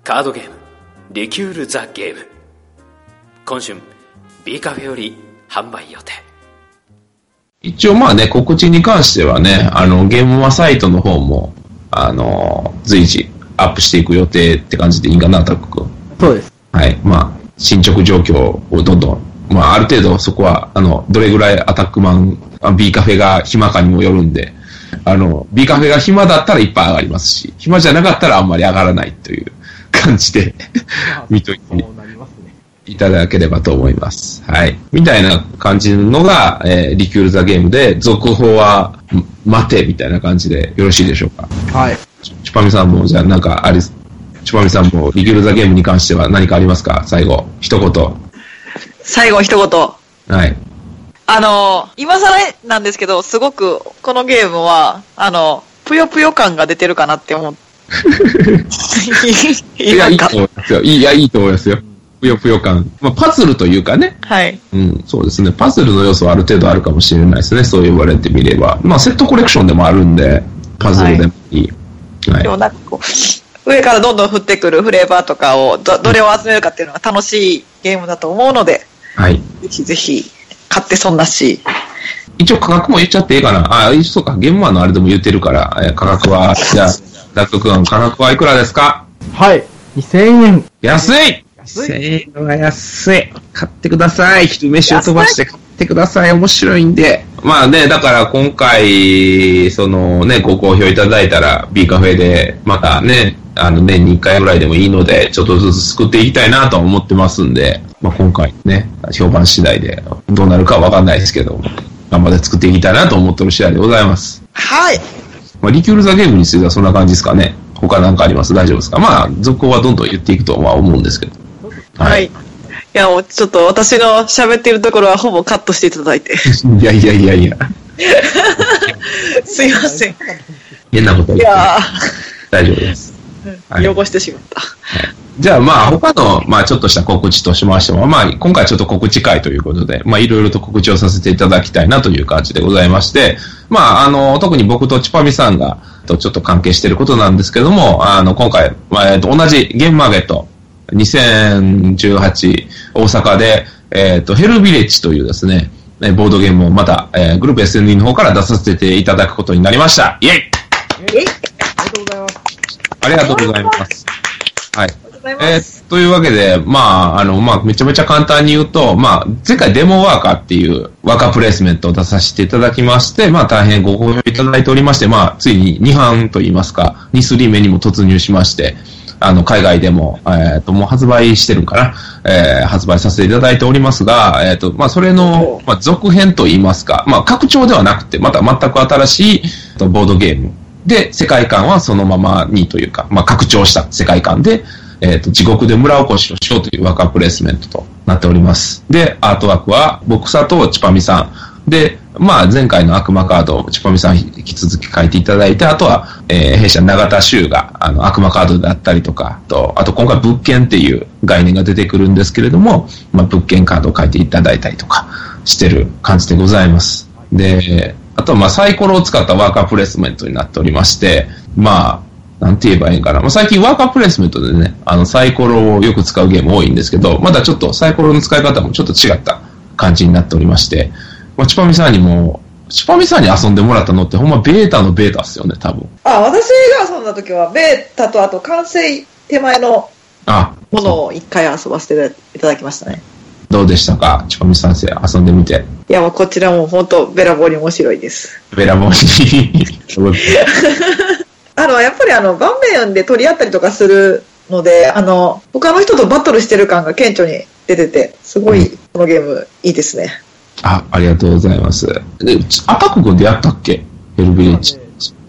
F: う。カードゲーム、リキュール・ザ・ゲーム。今春 B カフェより販売予定
J: 一応まあね、告知に関してはね、あの、ゲームマサイトの方も、あの、随時アップしていく予定って感じでいいんかな、タック君。
I: そうです。
J: はい。まあ、進捗状況をどんどん、まあ、ある程度そこは、あの、どれぐらいアタックマン、あ B カフェが暇かにもよるんで、あの、B カフェが暇だったらいっぱい上がりますし、暇じゃなかったらあんまり上がらないという感じで、 見といて
I: そうなりますね。
J: いただければと思います。はい。みたいな感じのが、えーリキュールザゲームで、続報は、ん待て、みたいな感じでよろしいでしょうか。
I: はい。
J: チュチュパミさんも、じゃあなんかあれ、チュパミさんも、リキュールザゲームに関しては何かありますか最後、一言。
C: 最後一言。
J: はい。
C: あの、今更なんですけど、すごく、このゲームは、あの、ぷよぷよ感が出てるかなって 思って。
J: い
C: 今
J: や、いい
C: か
J: と思いますよ。いいや、いいと思いますよ。ぷよぷよ感。まあ、パズルというかね。
C: はい。
J: うん、そうですね。パズルの要素はある程度あるかもしれないですね。そう言われてみれば。まあ、セットコレクションでもあるんで、パズルでもいい。はい。
C: でもなんかこう、上からどんどん降ってくるフレーバーとかを、ど、どれを集めるかっていうのが楽しいゲームだと思うので、
J: はい。
C: ぜひぜひ、買って損なし。
J: 一応価格も言っちゃっていいかな。あ、いそうか。ゲームマンのあれでも言ってるから、えー価格は、じゃあ、ダック君、価格はいくらですか
I: はい。2000円。
J: 安い
I: 安い
J: !1000 円は安い。買ってください。昼飯を飛ばして買ってください。面白いんで。まあね、だから今回、そのね、ご好評いただいたら、B カフェで、またね、あの年に1回ぐらいでもいいので、ちょっとずつ作っていきたいなと思ってますんで、まあ今回ね、評判次第で、どうなるかわかんないですけど、頑張って作っていきたいなと思ってる次第でございます。
C: はい。
J: まあ、リキュールザゲームについてはそんな感じですかね。他なんかあります大丈夫ですかまあ、続行はどんどん言っていくとは思うんですけど。
C: はい。いや、もうちょっと私の喋ってるところはほぼカットしていただいて。
J: いやいやいやいや、
C: すいません。
J: 変なことはい言ってない
C: や
J: 大丈夫です。はい
C: ー、汚してしまった。
J: じゃあまあ他の、まあちょっとした告知としましても、まあ今回ちょっと告知会ということで、まあいろいろと告知をさせていただきたいなという感じでございまして、まああの、特に僕とチュパミさんがとちょっと関係していることなんですけども、あの今回、まあえっと同じゲームマーケット2018大阪で、えっ、と、ヘルビレッジというですね、えボードゲームをまた、えーグループ SND の方から出させていただくことになりました。イェイありがとうございます。はい。えーというわけで、まあ、あの、まあ、めちゃめちゃ簡単に言うと、まあ、前回デモワーカーっていうワーカープレイスメントを出させていただきまして、まあ、大変ご好評いただいておりまして、まあ、ついに2版といいますか、2、3目にも突入しまして、あの、海外でも、えっ、と、もう発売してるんかな、えー発売させていただいておりますが、えっ、と、まあ、それの、まあ、続編といいますか、まあ、拡張ではなくて、また全く新しいえっとボードゲームで、世界観はそのままにというか、まあ、拡張した世界観で、えっ、と、地獄で村おこしをしようというワーカープレイスメントとなっております。で、アートワークは、ボクサーとチパミさん。で、まあ、前回の悪魔カードをチパミさん引き続き書いていただいて、あとは、えー弊社永田修が、あの、悪魔カードであったりとか、と、あと今回物件っていう概念が出てくるんですけれども、まあ、物件カードを書いていただいたりとかしてる感じでございます。で、あとはまあサイコロを使ったワーカープレイスメントになっておりまして、まあ、なんて言えばいいんかな。まあ、最近ワーカープレイスメントでね、あのサイコロをよく使うゲーム多いんですけど、まだちょっとサイコロの使い方もちょっと違った感じになっておりまして、まあ、チュパミさんにも、チュパミさんに遊んでもらったのってほんまベータのベータっすよね、多分。
C: あ、私が遊んだ時は、ベータとあと完成手前の
J: あ、
C: ものを一回遊ばせていただきましたね。
J: どうでしたかチュパミさんせ遊んでみて。
C: いや、もうこちらも本当べらぼうに面白いです。
J: ベラボーに。すごい
C: あの、やっぱりあの、盤面で取り合ったりとかするので、あの、他の人とバトルしてる感が顕著に出てて、すごい、このゲーム、いいですね。
J: あ、ありがとうございます。で、ちアタック君でやったっけヘルビレッジ。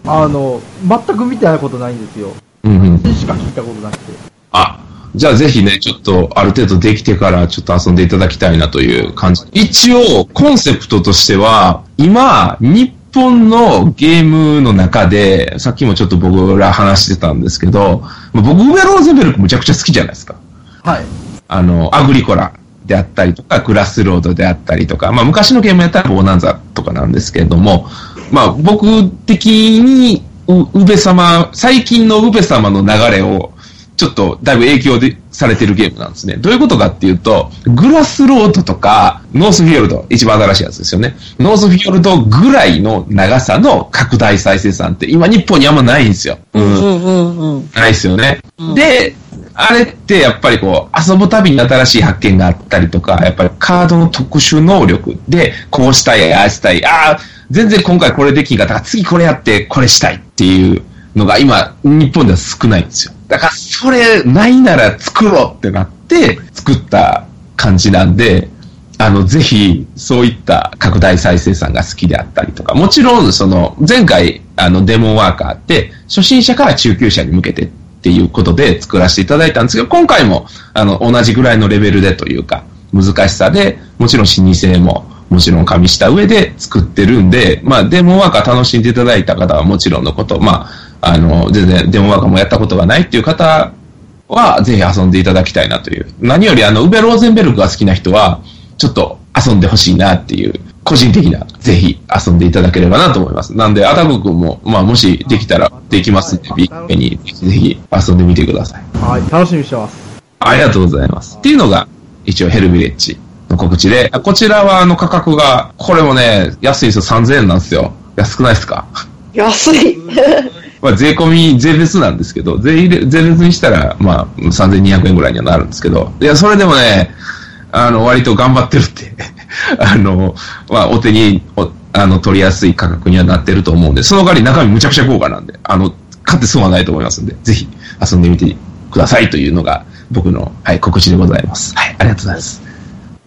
I: あの、全く見てないことないんですよ。
J: うんうん。
I: しか聞いたことなくて。
J: あ、じゃあぜひね、ちょっとある程度できてからちょっと遊んでいただきたいなという感じ。一応、コンセプトとしては、今、日本のゲームの中で、さっきもちょっと僕ら話してたんですけど、まあ僕、ウメローゼンベルクむちゃくちゃ好きじゃないですか。
I: はい。
J: あの、アグリコラであったりとか、クラスロードであったりとか、まあ昔のゲームやったらボーナンザとかなんですけれども、まあ僕的に、う、うべ様、最近のうべ様の流れを、ちょっとだいぶ影響でされてるゲームなんですね。どういうことかっていうと、グラスロードとか、ノースフィヨルド、一番新しいやつですよね。ノースフィヨルドぐらいの長さの拡大再生産って今日本にあんまないんですよ。うんないですよね。で、あれってやっぱりこう、遊ぶたびに新しい発見があったりとか、やっぱりカードの特殊能力で、こうしたい、ああしたい、ああ、全然今回これできんかったから、次これやって、これしたいっていうのが今、日本では少ないんですよ。だから、それないなら作ろうってなって、作った感じなんで、あの、ぜひ、そういった拡大再生産が好きであったりとか、もちろん、その、前回、あの、デモワーカーって、初心者から中級者に向けてっていうことで作らせていただいたんですけど、今回も、あの、同じぐらいのレベルでというか、難しさで、もちろん老舗も、もちろん加味した上で作ってるんで、まあ、デモワーカー楽しんでいただいた方はもちろんのこと、まあ、あの、全然デモワーカーもやったことがないっていう方は、ぜひ遊んでいただきたいなという。何より、あの、ウベローゼンベルクが好きな人は、ちょっと遊んでほしいなっていう、個人的な、ぜひ遊んでいただければなと思います。なんで、アダム君も、まあ、もしできたら、できますんで、ビッグに、ぜひ遊んでみてください。
I: はい、楽しみにしてます。
J: ありがとうございます。っていうのが、一応ヘルビレッジの告知で、あこちらはあの価格が、これもね、安いですよ、3000円なんですよ。安くないですか
C: 安い。
J: まあ、税込み、税別なんですけど、税入れ税別にしたら、まあ、3200円ぐらいにはなるんですけど、いや、それでもね、あの、割と頑張ってるって、 あの、まあ、お手に、おあの、取りやすい価格にはなってると思うんで、その代わり中身むちゃくちゃ豪華なんで、あの、買って損はないと思いますんで、ぜひ遊んでみてくださいというのが、僕の、はい、告知でございます。はい、ありがとうございます。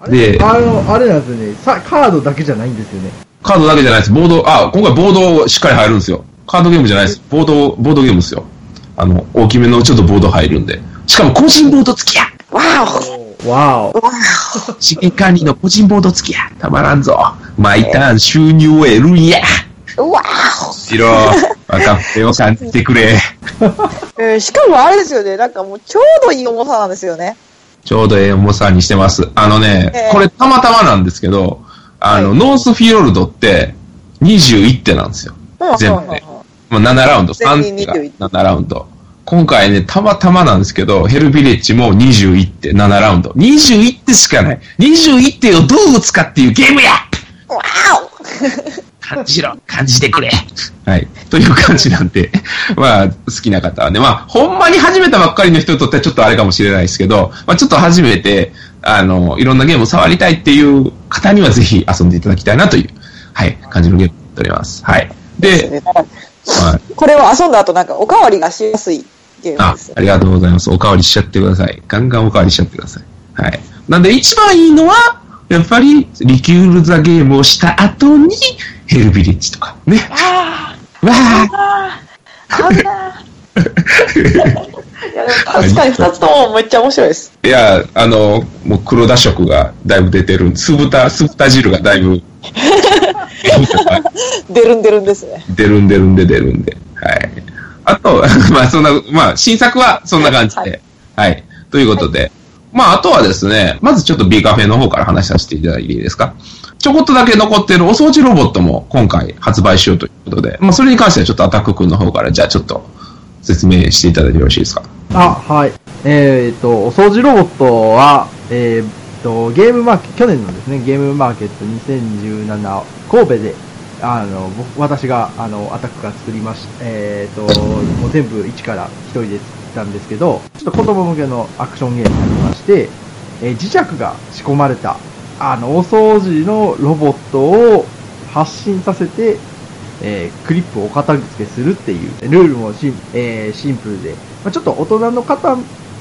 J: で、
I: あの、あれなんですよね。さ、カードだけじゃないんですよね。
J: カードだけじゃないです。ボード、あ、今回ボードしっかり入るんですよ。カードゲームじゃないです。ボード、ボードゲームですよ。あの、大きめのちょっとボード入るんで。しかも個人ボード付きや
C: わ
I: わ
J: お資源管理の個人ボード付きやたまらんぞ毎ターン収入を得るんや
C: おうわ
J: しろ若くてを感じてくれ
C: お、えーしかもあれですよね、なんかもうちょうどいい重さなんですよね。
J: ちょうどええ重さにしてます。あのね、
C: ええ
J: これたまたまなんですけど、あの、ノースフィヨルドって21手なんですよ。
C: うん
J: 全部で。まあ、7ラウンド、
C: 全員
J: 3手が
C: 21
J: 7ラウンド。今回ね、たまたまなんですけど、ヘルビレッジも21手、7ラウンド。21手しかない。21手をどう打つかっていうゲームや 感じろ、感じてくれ。はい。という感じなんで、 まあ、好きな方はね、まあ、ほんまに始めたばっかりの人にとってはちょっとあれかもしれないですけど、まあ、ちょっと初めて、あの、いろんなゲームを触りたいっていう方にはぜひ遊んでいただきたいなという、はい、感じのゲームになっております。はい。で、はい。
C: これを遊んだ後なんかおかわりがしやすいゲーム
J: あ
C: です。、
J: ありがとうございます。おかわりしちゃってください。ガンガンおかわりしちゃってください。はい。なんで一番いいのは、やっぱり、リキュール・ザ・ゲームをした後に、ヘルビレッジとか、ね。わー
C: いやでも確かに2つともめっちゃ面白いです。
J: いや、あの、もう黒田色がだいぶ出てる。酢豚、酢豚汁がだいぶ
C: 出るん出るんですね。
J: 出るんでるんで出るんで。はい。あと、 まあそんな、まあ新作はそんな感じで。はい。ということで。まああとはですね、まずちょっと B カフェの方から話させていただいていいですか。ちょこっとだけ残ってるお掃除ロボットも今回発売しようということで、まあそれに関してはちょっとアタック君の方からじゃあちょっと説明していただいてよろしいですか。
I: あ、はい。えっ、と、お掃除ロボットは、えっ、と、ゲームマーケット、去年のですね、ゲームマーケット2017神戸で、あの、僕私が、あの、アタックが作りました、えっ、と、もう全部一から一人で作ったんですけど、ちょっと子供向けのアクションゲームになりまして、えー磁石が仕込まれた、あの、お掃除のロボットを発信させて、えークリップをお片付けするっていう、ルールもシン,、えーシンプルで、まあ、ちょっと大人の方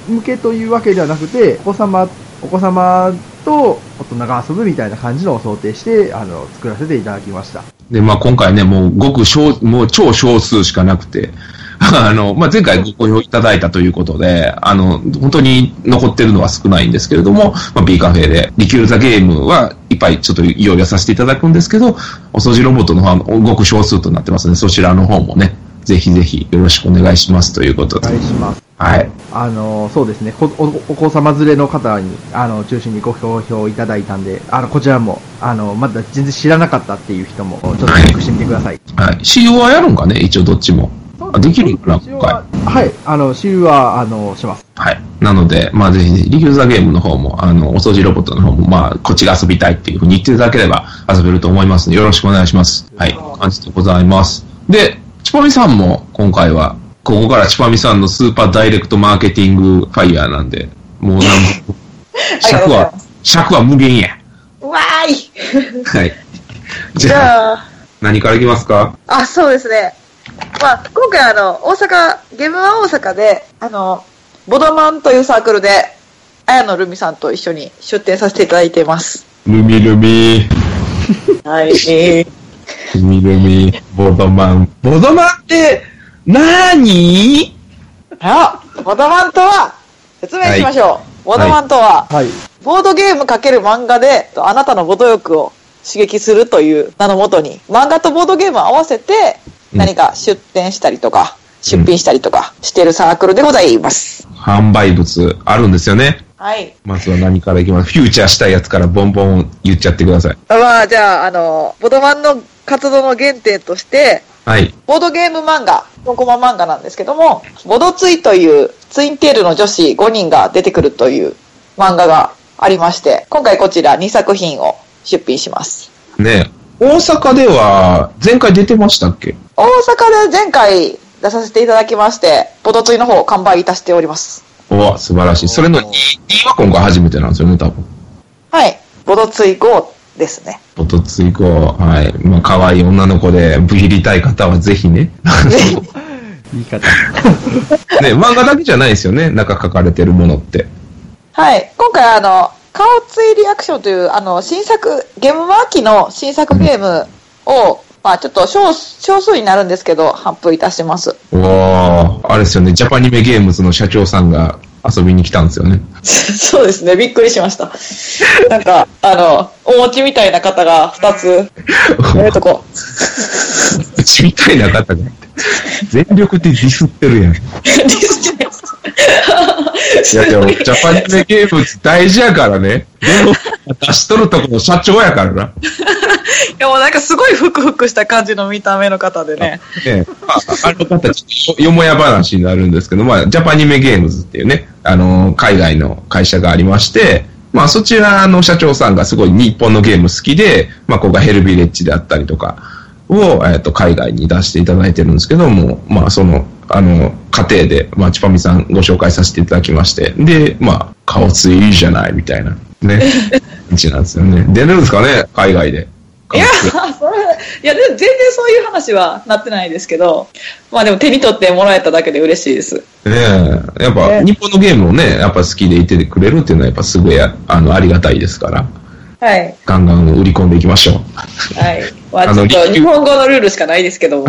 I: 向けというわけではなくて、お子様、お子様と大人が遊ぶみたいな感じのを想定して、あの、作らせていただきました。
J: で、まあ今回ね、もうごく少、もう超少数しかなくて、 あの、まあ前回ご好評いただいたということで、あの、本当に残ってるのは少ないんですけれども、まあ B カフェで、リキュールザゲームはいっぱいちょっと用意はさせていただくんですけど、お掃除ロボットの方はごく少数となってますので、そちらの方もね、ぜひぜひよろしくお願いしますということで。
I: お願いします。
J: はい。
I: あの、そうですね、こおお子様連れの方に、あの、中心にご好評いただいたんで、あの、こちらも、あの、まだ全然知らなかったっていう人も、ちょっとチェックしてみてください。
J: はい。使用はやるんかね一応どっちも。あできるんかな今回。
I: はい、あの、私有は、あの、します。
J: はい。なので、まあぜひぜひ、リキューザーゲームの方も、あの、お掃除ロボットの方も、まあ、こっちが遊びたいっていうふうに言っていただければ遊べると思いますので、よろしくお願いします。はい。感じでございます。で、チパミさんも、今回は、ここからチパミさんのスーパーダイレクトマーケティングファイヤーなんで、もう なん、尺は、尺は無限や。
C: わーい
J: はい。
C: じ
J: じゃあ、
C: ゃあ、
J: 何からいきますか
C: あ、そうですね。まあ、今回あの、大阪、ゲームは大阪で、あの、ボドマンというサークルで、綾野ルミさんと一緒に出展させていただいています。
J: ルミルミ、
C: はい。
J: ルミルミ、ボードマン。ボードマンって、なーに
C: あ、ボドマンとは、説明しましょう。ボドマンとは、
I: はい。
C: ボードゲーム×漫画で、あなたのボド欲を刺激するという名のもとに、漫画とボードゲームを合わせて、何か出展したりとか、出品したりとかしているサークルでございます。
J: 販売物あるんですよね。
C: はい。
J: まずは何からいきますフューチャーしたいやつからボンボン言っちゃってください。
C: まあ、じゃあ、あの、ボドマンの活動の原点として、
J: はい。
C: ボードゲーム漫画、4コマ漫画なんですけども、ボドツイというツインテールの女子5人が出てくるという漫画がありまして、今回こちら2作品を出品します。
J: ね大阪では、前回出てましたっけ
C: 大阪で前回出させていただきまして、ボドツイの方完売いたしております。
J: おわ素晴らしい。それの2は今回初めてなんですよね、多分。
C: はい。ボドツイ5ですね。
J: おとつ以降、はい。まあ、可愛い女の子で、ブヒりたい方はぜひ ね。
I: 言い方。
J: ね漫画だけじゃないですよね、中書かれてるものって。
C: はい。今回あの、顔ついリアクションという、あの、新作、ゲームマーキの新作ゲームをまあちょっと少少数になるんですけど、反布いたします。
J: おーあれですよね、ジャパニメゲームズの社長さんが遊びに来たんですよね。
C: そうですね、びっくりしま した。なんか、あの、お餅みたいな方が2つ、ええとこ。
J: うちみたいな方が。全力でディスってるやん。いやでも、ジャパニメゲームズ大事やからね。でも、出しとるとこも社長やからな。
C: いやもうなんかすごいふくふくした感じの見た目の方でね。
J: ねまあ、あの方、ちょっとよもや話になるんですけど、まあ、ジャパニメゲームズっていうね、あの、海外の会社がありまして、まあ、そちらの社長さんがすごい日本のゲーム好きで、まあ、ここがヘルビレッジであったりとかを、えっ、と、海外に出していただいてるんですけども、まあ、その、あの、過程で、まあ、チパミさんご紹介させていただきまして、で、まあ、顔ついいじゃない、みたいな、 ね、感じなんですよね。出れるんですかね、海外で。
C: いや、それ、いや、で全然そういう話はなってないですけど、まあでも手に取ってもらえただけで嬉しいです。
J: ねえ、やっぱ、日本のゲームをね、やっぱ好きでいてくれるっていうのは、やっぱすごいああのありがたいですから、
C: はい。
J: ガンガン売り込んでいきましょう。
C: はい。まあ
J: あ
C: ちょ
J: の
C: っと
J: リ
C: 日本語のルールしかないですけ ども。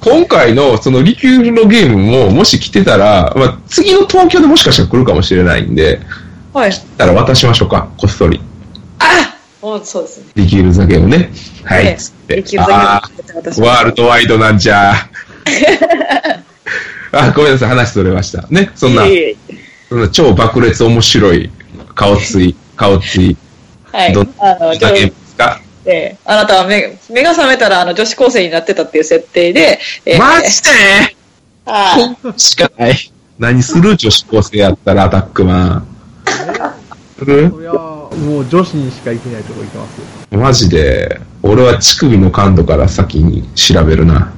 J: 今回のそのリキュールのゲームも、もし来てたら、まあ、次の東京でもしかしたら来るかもしれないんで、
C: はい。
J: 来たら渡しましょうか、こっそり。
C: もうそうですね。
J: リキュールザゲームね。はい。
C: ね
J: つって
C: リキュールザゲーム
J: あー
C: 私
J: ワールドワイドなんじゃ。あ、ごめんなさい、話それました。ね、そんな、
C: いえい
J: そんな超爆裂面白い顔 つい、顔つい、
C: はい
J: どん。
C: あの、
J: ザゲームですか
C: で、あなたは目目が覚めたらあの女子高生になってたっていう設定で、え
J: マジで
C: はい。
J: しかない。何する女子高生やったら、アタックマン。する
I: もう女子にしか行けないとこ行きますよ。
J: マジで、俺は乳首の感度から先に調べ るな。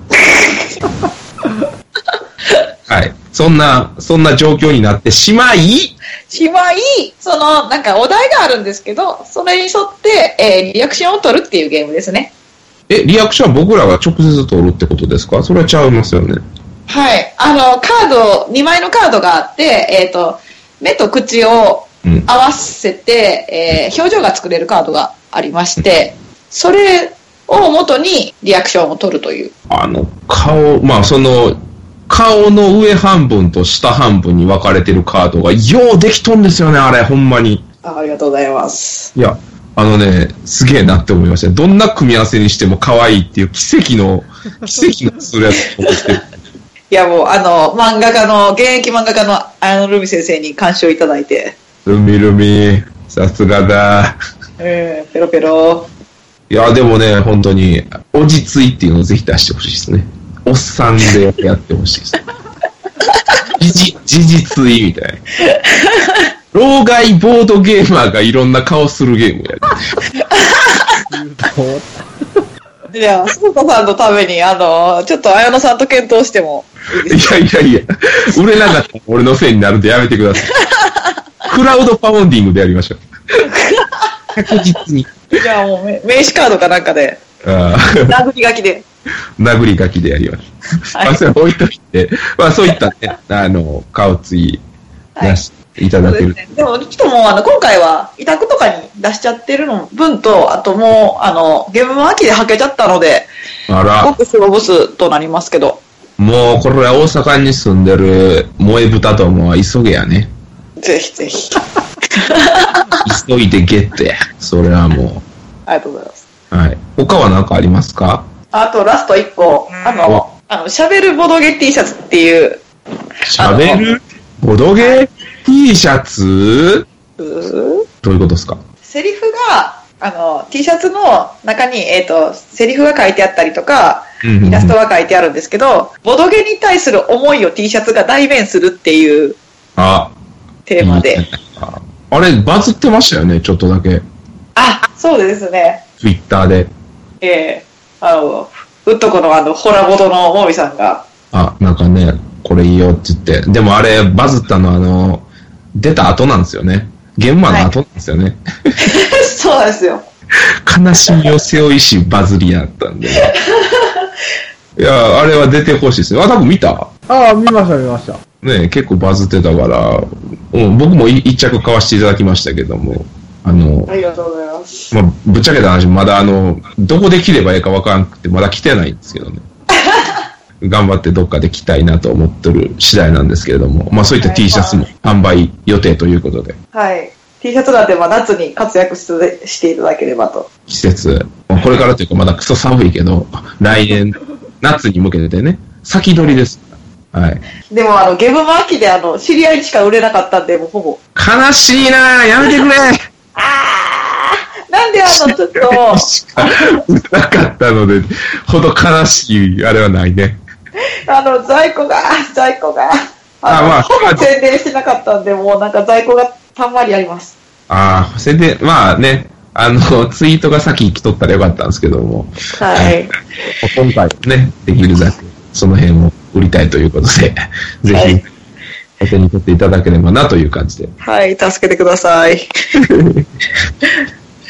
J: はい。そんな、そんな状況になってしまい、
C: しまい、その、なんかお題があるんですけど、それに沿って、えーリアクションを取るっていうゲームですね。
J: え、リアクションは僕らが直接取るってことですかそれはちゃいますよね。
C: はい。あの、カード、2枚のカードがあって、えっ、と、目と口を合わせて、えー表情が作れるカードがありまして、それを元にリアクションを取るという。
J: あの、顔、まあその、顔の上半分と下半分に分かれてるカードが、ようできとんですよね、あれ、ほんまに。
C: あありがとうございます。
J: いや、あのね、すげえなって思いました。どんな組み合わせにしても可愛いっていう奇 跡の、奇跡のするやつをしてる。
C: いや、もう、あの、漫画家の、現役漫画家の綾野ルミ先生に監修いただいて、
J: ルミルミ、さすがだ。
C: えーペロペロ。
J: いや、でもね、本当に、落ち着いっていうのをぜひ出してほしいですね。おっさんでやってほしい です。事実、事実いみたいな。老害ボードゲーマーがいろんな顔するゲームやる。
C: いや、須藤さんのために、あの、ちょっと綾野さんと検討しても、
J: いやいやいや、売れなかったら俺のせいになるんでやめてください。クラウドパウンディングでやり ましょう。確実に。
C: じゃあもうめ、名刺カードかなんかで、
J: あー
C: 殴り書きで。
J: 殴り書きでやります。まあ、それ置いといて、まあ、そういったね、あの、顔つい、出していただける。
C: でも、ちょっともう、あの、今回は、委託とかに出しちゃってるの分と、あともう、あの、ゲームも秋で履けちゃったので、す
J: あ
C: ご
J: ら、
C: く白ボスとなりますけど、
J: もう、これは大阪に住んでる萌え豚どもは急げやね。
C: ぜひぜひ。
J: 急いでゲットや。それはも
C: ありがとうございます。
J: う。はい。他は何かありますか
C: あと、ラスト1個、あの、あの、喋るボドゲ T シャツっていう、
J: 喋るボドゲ T シャツ
C: うー
J: どういうことですか
C: セリフが、あの、T シャツの中に、えっ、と、セリフが書いてあったりとか、
J: うん
C: イラストが書いてあるんですけど、ボドゲに対する思いを T シャツが代弁するっていう
J: あ、
C: テーマで。
J: あれ、バズってましたよね、ちょっとだけ。
C: あ、そうですね。
J: ツイッターで。
C: ええあの、ウッドコのあの、ホラボドのモミさんが、
J: あ、なんかね、これいいよって言って。でもあれ、バズったのはあの、出た後なんですよね。現場の後なんですよね。
C: そうなんですよ。
J: 悲しみを背負いし、バズりやったんで。いや、あれは出てほしいですね。あ、多分見た
I: ああ、見ました見ました。
J: ね結構バズってたから、うん、僕もい一着買わせていただきましたけども。あの、
C: ありがとうございます。
J: まあ、ぶっちゃけた話、まだあの、どこで切ればいいかわからんくて、まだ来てないんです けどね。頑張ってどっかで着たいなと思ってる次第なんですけれども、まあそういった T シャツも販売予定ということで、
C: はい。T シャツなんて、まあ、夏に活躍し続けしていただければと。
J: 季節、まあこれからというかまだクソ寒いけど、来年、夏に向けてね、先取りです。はい。
C: でも、あの、ゲームマーキーで、あの、知り合いにしか売れなかったんで、もうほぼ。
J: 悲しいなぁ、やめてくれ
C: なんで、あの、ちょっと、
J: なかったので、ほど悲しい、あれはないね。
C: あの、在庫が、在庫が、
J: あまあ
C: ほぼ宣伝してなかったんで、もうなんか在庫がたんまりあります。
J: ああ、それで、まあね、あの、ツイートが先来とったらよかったんですけども、
C: はい。
J: 今回ね、できるだけ、その辺を売りたいということで、ぜひ、お手に取っていただければなという感じで、
C: はい、助けてくださ い。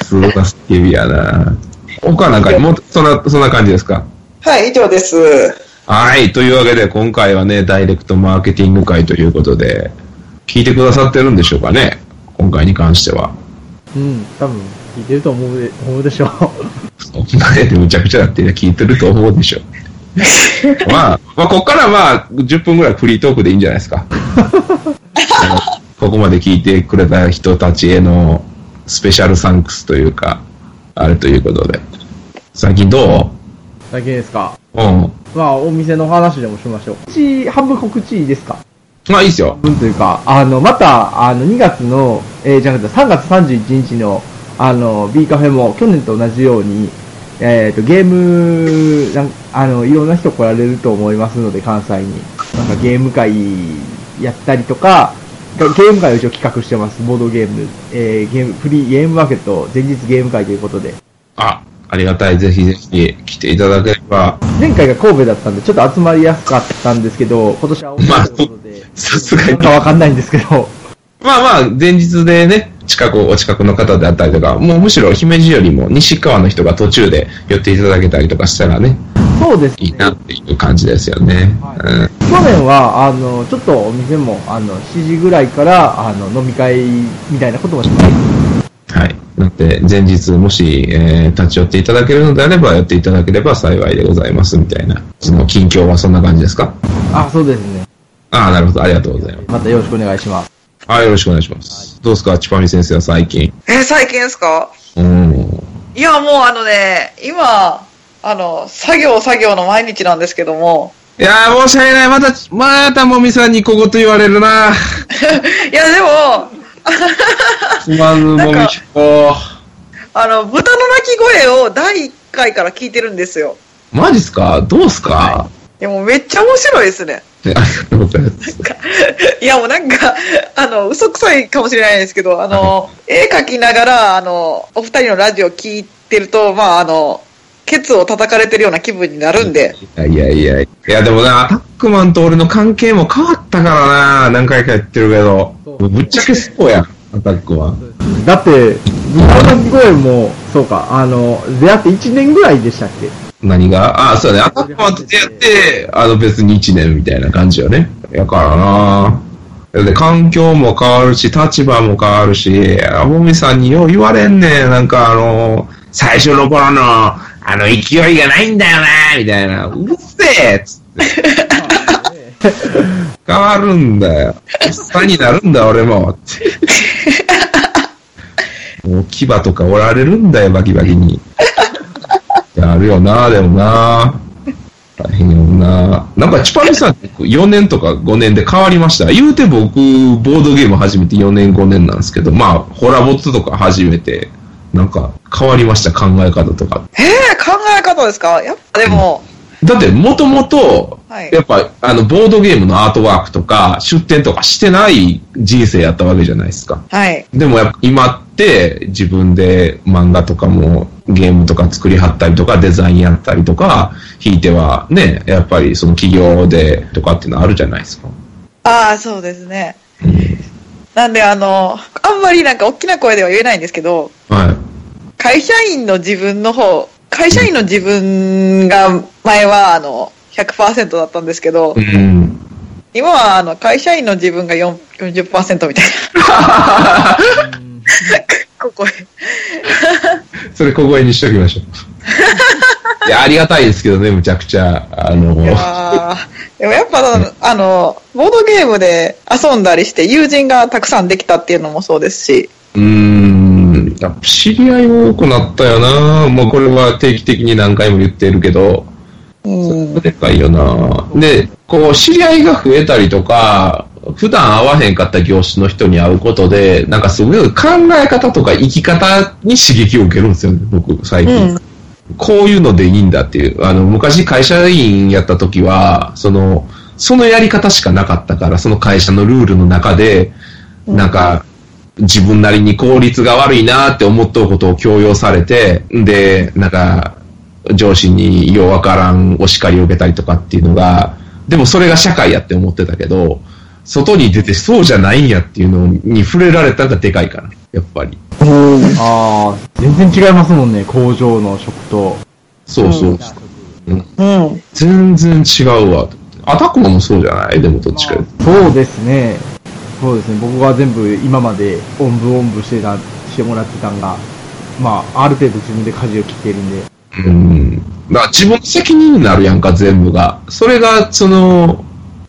J: すごかすけびやな他なんかにも、そんな、そんな感じですか
C: はい、以上です。
J: はい、というわけで今回はね、ダイレクトマーケティング会ということで、聞いてくださってるんでしょうかね、今回に関しては。
I: うん、多分、聞いてると思うで思うでしょう。
J: ねでむちゃくちゃだって聞いてると思うでしょ。まあ、まあ、ここからまあ、10分ぐらいフリートークでいいんじゃないですか。あのここまで聞いてくれた人たちへのスペシャルサンクスというか、あれということで。最近ど
I: だけですか。
J: ううん。
I: まあ、お店の話でもしましょう。告知、半分告知いいですか
J: まあいいですよ。
I: 分というか、あの、また、あの、2月の、えーじゃなくて3月31日の、あの、B カフェも去年と同じように、えっ、と、ゲーム、なんあの、いろんな人来られると思いますので、関西に。なんかゲーム会やったりとか、ゲーム会を一応企画してます。ボードゲーム、えーゲーム、フリーゲームマーケット、前日ゲーム会ということで。
J: あ、ありがたい。ぜひぜひ来ていただければ。
I: 前回が神戸だったんで、ちょっと集まりやすかったんですけど、今年は
J: まあ、さすがに。
I: わかんないんですけど、
J: まあまあ、前日でね、近く、お近くの方であったりとか、もうむしろ姫路よりも西川の人が途中で寄っていただけたりとかしたらね、
I: そうです
J: いいなっていう感じですよね。うん
I: 去年は、あの、ちょっとお店も、あの、7時ぐらいから、あの、飲み会みたいなこともしない。
J: はい。なので、前日もし、えー立ち寄っていただけるのであれば、寄っていただければ幸いでございますみたいな、その近況はそんな感じですか
I: あ、そうですね。
J: ああ、なるほど。ありがとうございます。
I: またよろしくお願いします。
J: ああ、よろしくお願いします。どうですか、チパミ先生は最近。
C: え、最近ですか
J: うん。
C: いや、もうあのね、今、あの、作業作業の毎日なんですけども、
J: いやー、申し訳ない。また、またもみさんに小言言われるな。
C: いや、でも、
J: すまん、もみちこ。
C: あの、豚の鳴き声を第1回から聞いてるんですよ。
J: マジっすかどうっすか、
C: でもめっちゃ面白いですね。
J: ねありがとうございます。
C: いや、もうなんか、あの、嘘くさいかもしれないんですけど、あの、絵描きながら、あの、お二人のラジオ聞いてると、まあ、あの、ケツを叩かれてるような気分になるんで、
J: いやいやいや。いや、でもな、アタックマンと俺の関係も変わったからな、何回か言ってるけど。ぶっちゃけそうやん、アタックマン。
I: だって、豚の鳴き声も、そうか、あの、出会って1年ぐらいでしたっけ
J: 何がああ、そうだね。アタックマンと出会って、あの別に1年みたいな感じよね。やからな。で、環境も変わるし、立場も変わるし、あもみさんによう言われんねん。なんかあの、最初の頃の、あの勢いがないんだよな、みたいな。うるせえっつって。変わるんだよ。おっさんになるんだ、俺も。ってもう牙とか折られるんだよ、バキバキに。やるよな、でもな。大変よな。なんか、チュパミさん、4年とか5年で変わりました。言うて僕、ボードゲーム始めて4年5年なんですけど、まあ、ホラボットとか始めて、なんか、変わりました、考え方とか。
C: ええ考え方ですかやっぱでも、
J: だって、もともと、
C: はい
J: やっぱ、あの、ボードゲームのアートワークとか、出展とかしてない人生やったわけじゃないですか。
C: はい。
J: でもやっぱ今って自分で漫画とかもゲームとか作りはったりとかデザインやったりとか、ひいてはね、やっぱりその企業でとかっていうのあるじゃないですか。
C: ああ、そうですね。なんで、あの、あんまりなんか大きな声では言えないんですけど、
J: はい。
C: 会社員の自分の方、会社員の自分が前はあの100%だったんですけど、
J: うん。
C: 今はあの会社員の自分が4 40%みたいな。ここへ。
J: それ小声にしときましょ う。いや、ありがたいですけどね、むちゃくちゃ。あの、
C: いやーでもやっぱ、あの、ボードゲームで遊んだりして友人がたくさんできたっていうのもそうですし、
J: うーん、やっぱ知り合いも多くなったよな。もうこれは定期的に何回も言ってるけど、それでかいよな。で、こう、知り合いが増えたりとか、普段会わへんかった業種の人に会うことで、なんかすごい考え方とか生き方に刺激を受けるんですよね、僕、最近。こういうのでいいんだっていう。あの、昔会社員やった時は、その、そのやり方しかなかったから、その会社のルールの中で、なんか、自分なりに効率が悪いなって思っとうことを強要されて、で、なんか、上司にようわからんお叱りを受けたりとかっていうのが、でもそれが社会やって思ってたけど、外に出てそうじゃないんやっていうのに触れられたがでかいから、やっぱり。
I: ああ、全然違いますもんね、工場の食と。
J: そうそう
C: うん。
J: 全然違うわ。アタックマンもそうじゃないでもどっちか言うと
I: そうですね。そうですね。僕が全部今までおんぶおんぶしてた、してもらってたんが、まあ、ある程度自分で舵を切ってるんで。
J: うん。だから自分の責任になるやんか、全部が。それが、その、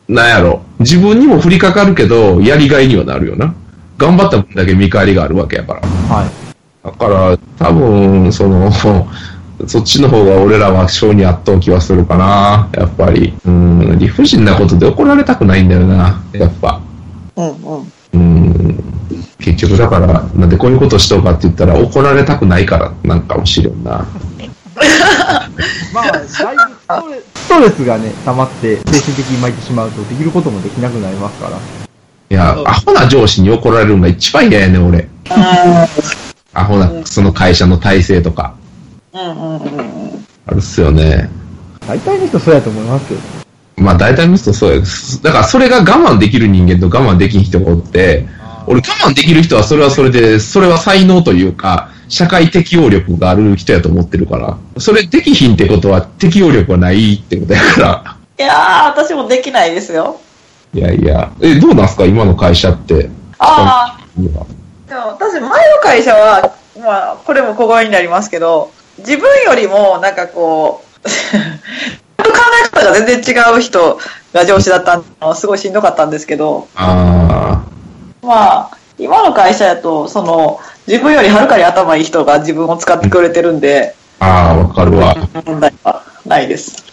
J: なんやろ。自分にも降りかかるけど、やりがいにはなるよな。頑張った分だけ見返りがあるわけやから。
I: はい。
J: だから、多分、その、 そっちの方が俺らは性に合った気はするかな。やっぱり。うん。理不尽なことで怒られたくないんだよな。やっぱ。
C: うんうん。
J: 結局だから、なんでこういうことしとうかって言ったら怒られたくないからなんかもしれんな。
I: まあ、だいぶストレスがね、溜まって、精神的に巻いてしまうと、できることもできなくなりますから。
J: いや、アホな上司に怒られるのが一番嫌やねん、俺。アホな、その会社の体制とか。
C: うんうんうん。
J: あるっすよね。
I: 大体の人そうやと思いますけど。
J: まあ大体の人そうや。だからそれが我慢できる人間と我慢できん人がおって、俺我慢できる人はそれはそれで、それは才能というか、社会適応力がある人やと思ってるから。それできひんってことは適応力はないってことやから。
C: いやー、私もできないですよ。
J: いやいや。え、どうなんすか今の会社って。
C: ああ、でも私、前の会社は、まあ、これも小声になりますけど、自分よりも、なんかこう、考え方が全然違う人が上司だったの、すごいしんどかったんですけど、
J: あ
C: まあ、今の会社やと、その、自分よりはるかに頭いい人が自分を使ってくれてるんで、
J: あ、ああ、わかるわ。
C: 問題はないです。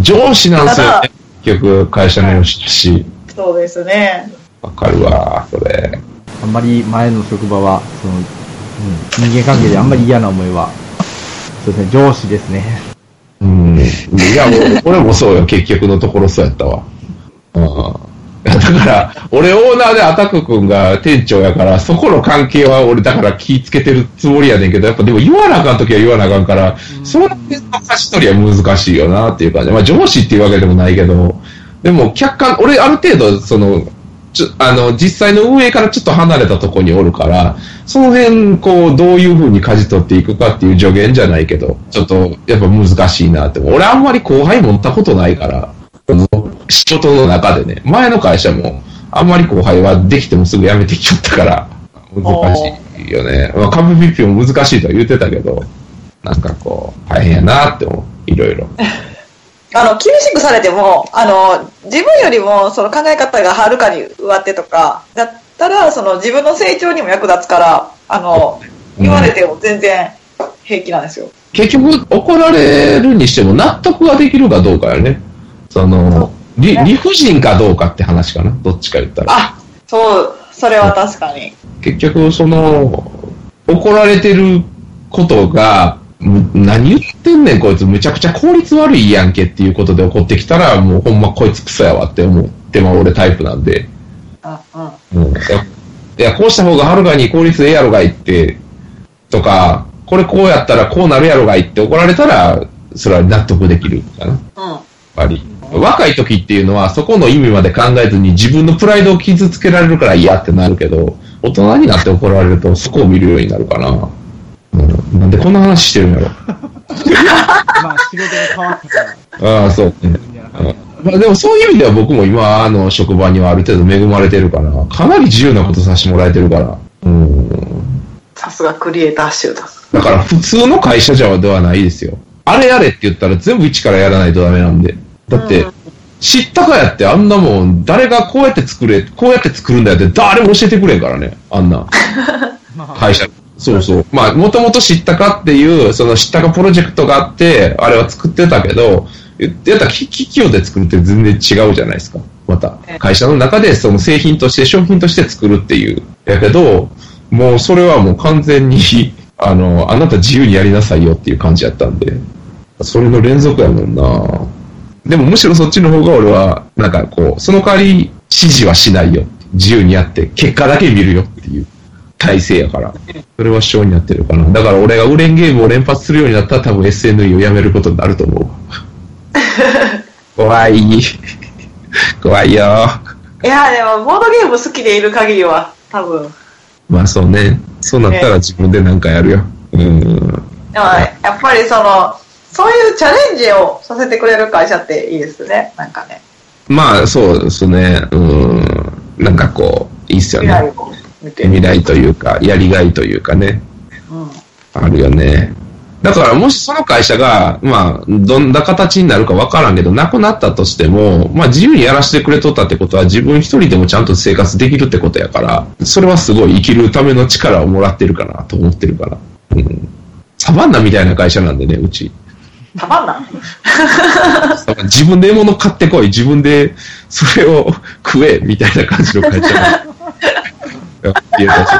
J: 上司なんですよね。結局、会社の上司だし。
C: そうですね。
J: わかるわ、それ。
I: あんまり前の職場は、その、うん、人間関係であんまり嫌な思いは、そうですね、上司ですね。
J: うん。いや、俺俺もそうよ。結局のところそうやったわ。うん。だから、俺オーナーでアタク君が店長やから、そこの関係は俺だから気ぃつけてるつもりやねんけど、やっぱでも言わなあかんときは言わなあかんから、その辺の貸し取りは難しいよなっていう感じ。まあ上司っていうわけでもないけど、でも客観、俺ある程度、その、ちょあの、実際の運営からちょっと離れたとこにおるから、その辺、こう、どういう風に舵取っていくかっていう助言じゃないけど、ちょっと、やっぱ難しいなって。俺あんまり後輩持ったことないから、その仕事の中でね、前の会社も、あんまり後輩はできてもすぐ辞めてきちゃったから、難しいよね。まあ、株 BP も難しいとは言ってたけど、なんかこう、大変やなって思う。いろいろ。
C: あの、厳しくされても、あの、自分よりも、その考え方がはるかに上手とか、だったら、その自分の成長にも役立つから、あの、
J: うん
C: 言われても全然平気なんですよ。
J: 結局怒られるにしても納得ができるかどうかよね。その、理理不尽かどうかって話かな。どっちか言ったら。
C: そう、それは確かに。
J: 結局、その、怒られてることが、む何言ってんねんこいつ、むちゃくちゃ効率悪いやんけっていうことで怒ってきたら、もうほんまこいつクソやわって思ってまう俺タイプなんで。うんいやいや、こうした方がはるかに効率ええやろがいって、とか、これこうやったらこうなるやろがいって怒られたら、それは納得できるかな。
C: うん。
J: やっぱり。若い時っていうのは、そこの意味まで考えずに自分のプライドを傷つけられるから嫌ってなるけど、大人になって怒られるとそこを見るようになるかな。うん、なんでこんな話してるんやろ。
I: まあ、仕事が変わったから。
J: ああ、そう、ね。うんまあ、でもそういう意味では僕も今あの職場にはある程度恵まれてるから、かなり自由なことさせてもらえてるから。うん。
C: すがクリエイター集だ。
J: だから普通の会社じゃではないですよ。あれやれって言ったら全部一からやらないとダメなんで。だって、知ったかやってあんなもん、誰がこうやって作れ、こうやって作るんだよって誰も教えてくれんからね、あんな。会社。そうそう。まあ、もともと知ったかっていう、その知ったかプロジェクトがあって、あれは作ってたけど、言ってたらき企業で作るって全然違うじゃないですか。また、会社の中でその製品として、商品として作るっていう。やけど、もうそれはもう完全に、 あの、あなた自由にやりなさいよっていう感じやったんで、それの連続やもんなでもむしろそっちの方が俺は、なんかこう、その代わり指示はしないよ。自由にやって、結果だけ見るよっていう体制やから。それは主張になってるかな。だから俺が売れんゲームを連発するようになったら多分 SNE をやめることになると 思う。怖い。怖いよ。
C: いや、でも、ボードゲーム好きでいる限りは、多分。
J: まあそうね。そうなったら自分でなんかやるよ。うん。
C: でも、やっぱりその、そういうチャレンジをさせてくれる会社っていいですね。なんかね。
J: まあそうですね。うん。なんかこう、いいっすよね。
C: 未来を見て。
J: 未来というか、やりがいというかね。あるよね。だからもしその会社が、まあ、どんな形になるかわからんけど、なくなったとしても、まあ自由にやらせてくれとったってことは自分一人でもちゃんと生活できるってことやから、それはすごい生きるための力をもらってるかなと思ってるから。うん。サバンナみたいな会社なんでね、うち。
C: たまんな。
J: だから 自分で獲物買ってこい、自分でそれを食え、みたいな感じの会社なんでっていう感じ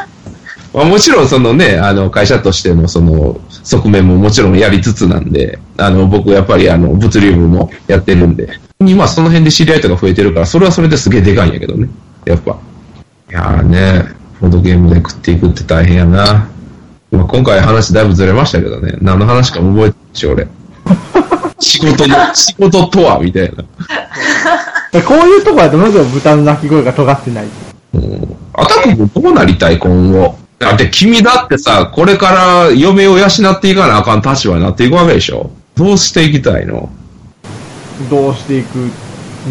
J: まあ、もちろんそのね、あの会社としてのその側面ももちろんやりつつなんで、あの僕やっぱりあの物流部もやってるんで、今その辺で知り合いとか増えてるから、それはそれですげえでかいんやけどね、やっぱ。いやーね、ボードゲームで食っていくって大変やな。まあ、今回話だいぶずれましたけどね、何の話か覚えてるし、 俺。仕事の、仕事とは、みたいな。
I: こういうとこやと、まずは豚の鳴き声が尖ってない。
J: アタック君どうなりたい今後。だって君だってさ、これから嫁を養っていかなあかん立場になっていくわけでしょどうしていきたいの
I: どうしていく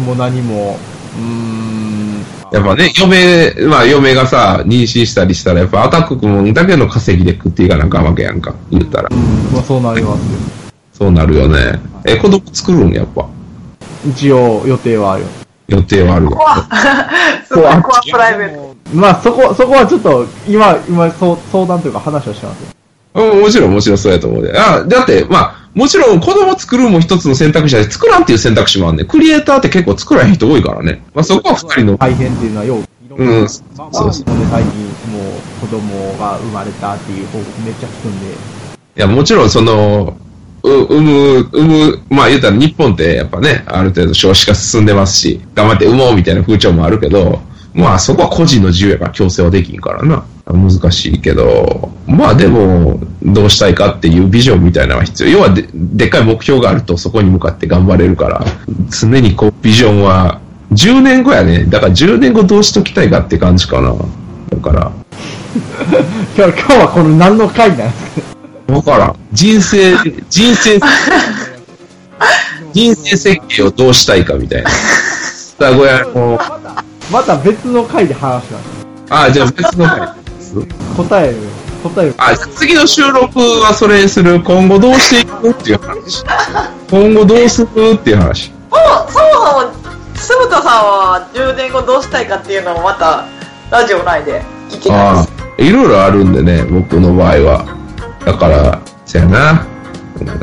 I: も何も、うーん、
J: やっぱね、嫁、まあ嫁がさ、妊娠したりしたら、やっぱアタック君だけの稼ぎで食っていかなあかんわけやんか、言ったら。
I: まあそうなりますよ。
J: そうなるよね。え、子供作るんやっぱ。
I: 一応予定はある。
J: 予定はあるわ。
C: すごいコアプライベート。
I: まあそこ、そこはちょっと、今、今、そう相談というか話をしてますよ。
J: うん、もちろん、もちろんそうやと思うで。あ、だって、まあ、もちろん子供作るも一つの選択肢だし、作らんっていう選択肢もあるね。クリエイターって結構作らへん人多いからね。まあ、そこは二人の。
I: 大変っていうのはよう、
J: うん、
I: まあまあ、
J: そう
I: も
J: そう
I: うね最近、もう子供が生まれたっていう報告めっちゃ聞くんで、
J: いや、もちろん、その、う産む、産む、まあ言うたら日本ってやっぱね、ある程度少子化進んでますし、頑張って産もうみたいな風潮もあるけど、まあそこは個人の自由やから強制はできんからな。難しいけど、まあでも、どうしたいかっていうビジョンみたいなのは必要。要はで、でっかい目標があるとそこに向かって頑張れるから、常にこう、ビジョンは、10年後やね。だから10年後どうしときたいかって感じかな。だから、
I: 今日今日はこの何の回なんですか
J: わからん。人生、人生、人生設計をどうしたいかみたいな。双子屋の、
I: また別の回で話します。
J: あ、じゃあ別の回。
I: 答える、答える。
J: あ、次の収録はそれする。今後どうしていくっていう話。今後どうするっていう話。
C: もう、そもそも、鈴田さんは10年後どうしたいかっていうのもまた、ラジオ内で聞きたいで
J: あ
C: す。
J: あ、いろいろあるんでね、僕の場合は。だから、そやな。うん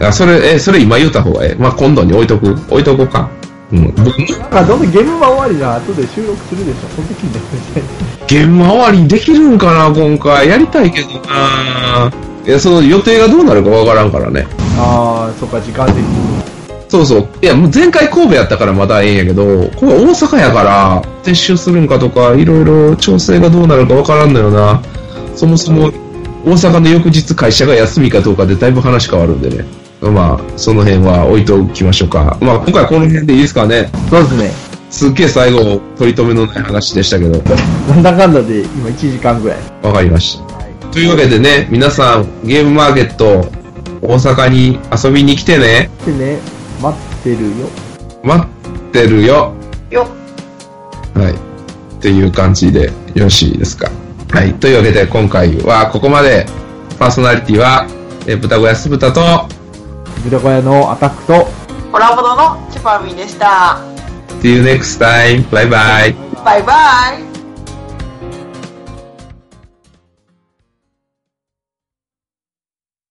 J: あ、それ、え、それ今言った方がええ。まあ、今度に置いとく、置いとこうか。うん。僕
I: なんかどうせゲームは終わりじゃん後で収録するでしょ。その時にや ってみたい。
J: 現場終わりにできるんかな、今回。やりたいけどな。いや、その予定がどうなるかわからんからね。
I: ああ、そっか、時間的に。
J: そうそう。いや、もう前回神戸やったからまだええんやけど、ここ大阪やから、撤収するんかとか、いろいろ調整がどうなるかわからんのよな。そもそも、大阪の翌日会社が休みかどうかでだいぶ話変わるんでね。まあ、その辺は置いておきましょうか。まあ、今回この辺でいいですかね。
I: そうですね。
J: すっげえ最後、取り留めのない話でしたけど。
I: なんだかんだで今1時間ぐらい。
J: わかりました。というわけでね、皆さん、ゲームマーケット、大阪に遊びに来てね。
I: でね、待ってるよ。
J: 待ってるよ。
C: よ
J: はい。っていう感じで、よろしいですか。はい。というわけで、今回はここまで。パーソナリティは、えー、豚小屋酢豚と、
I: 豚小屋のアタックと、
C: コラボドのチュパミでした。
J: See you next time. Bye bye.
C: バイバイ。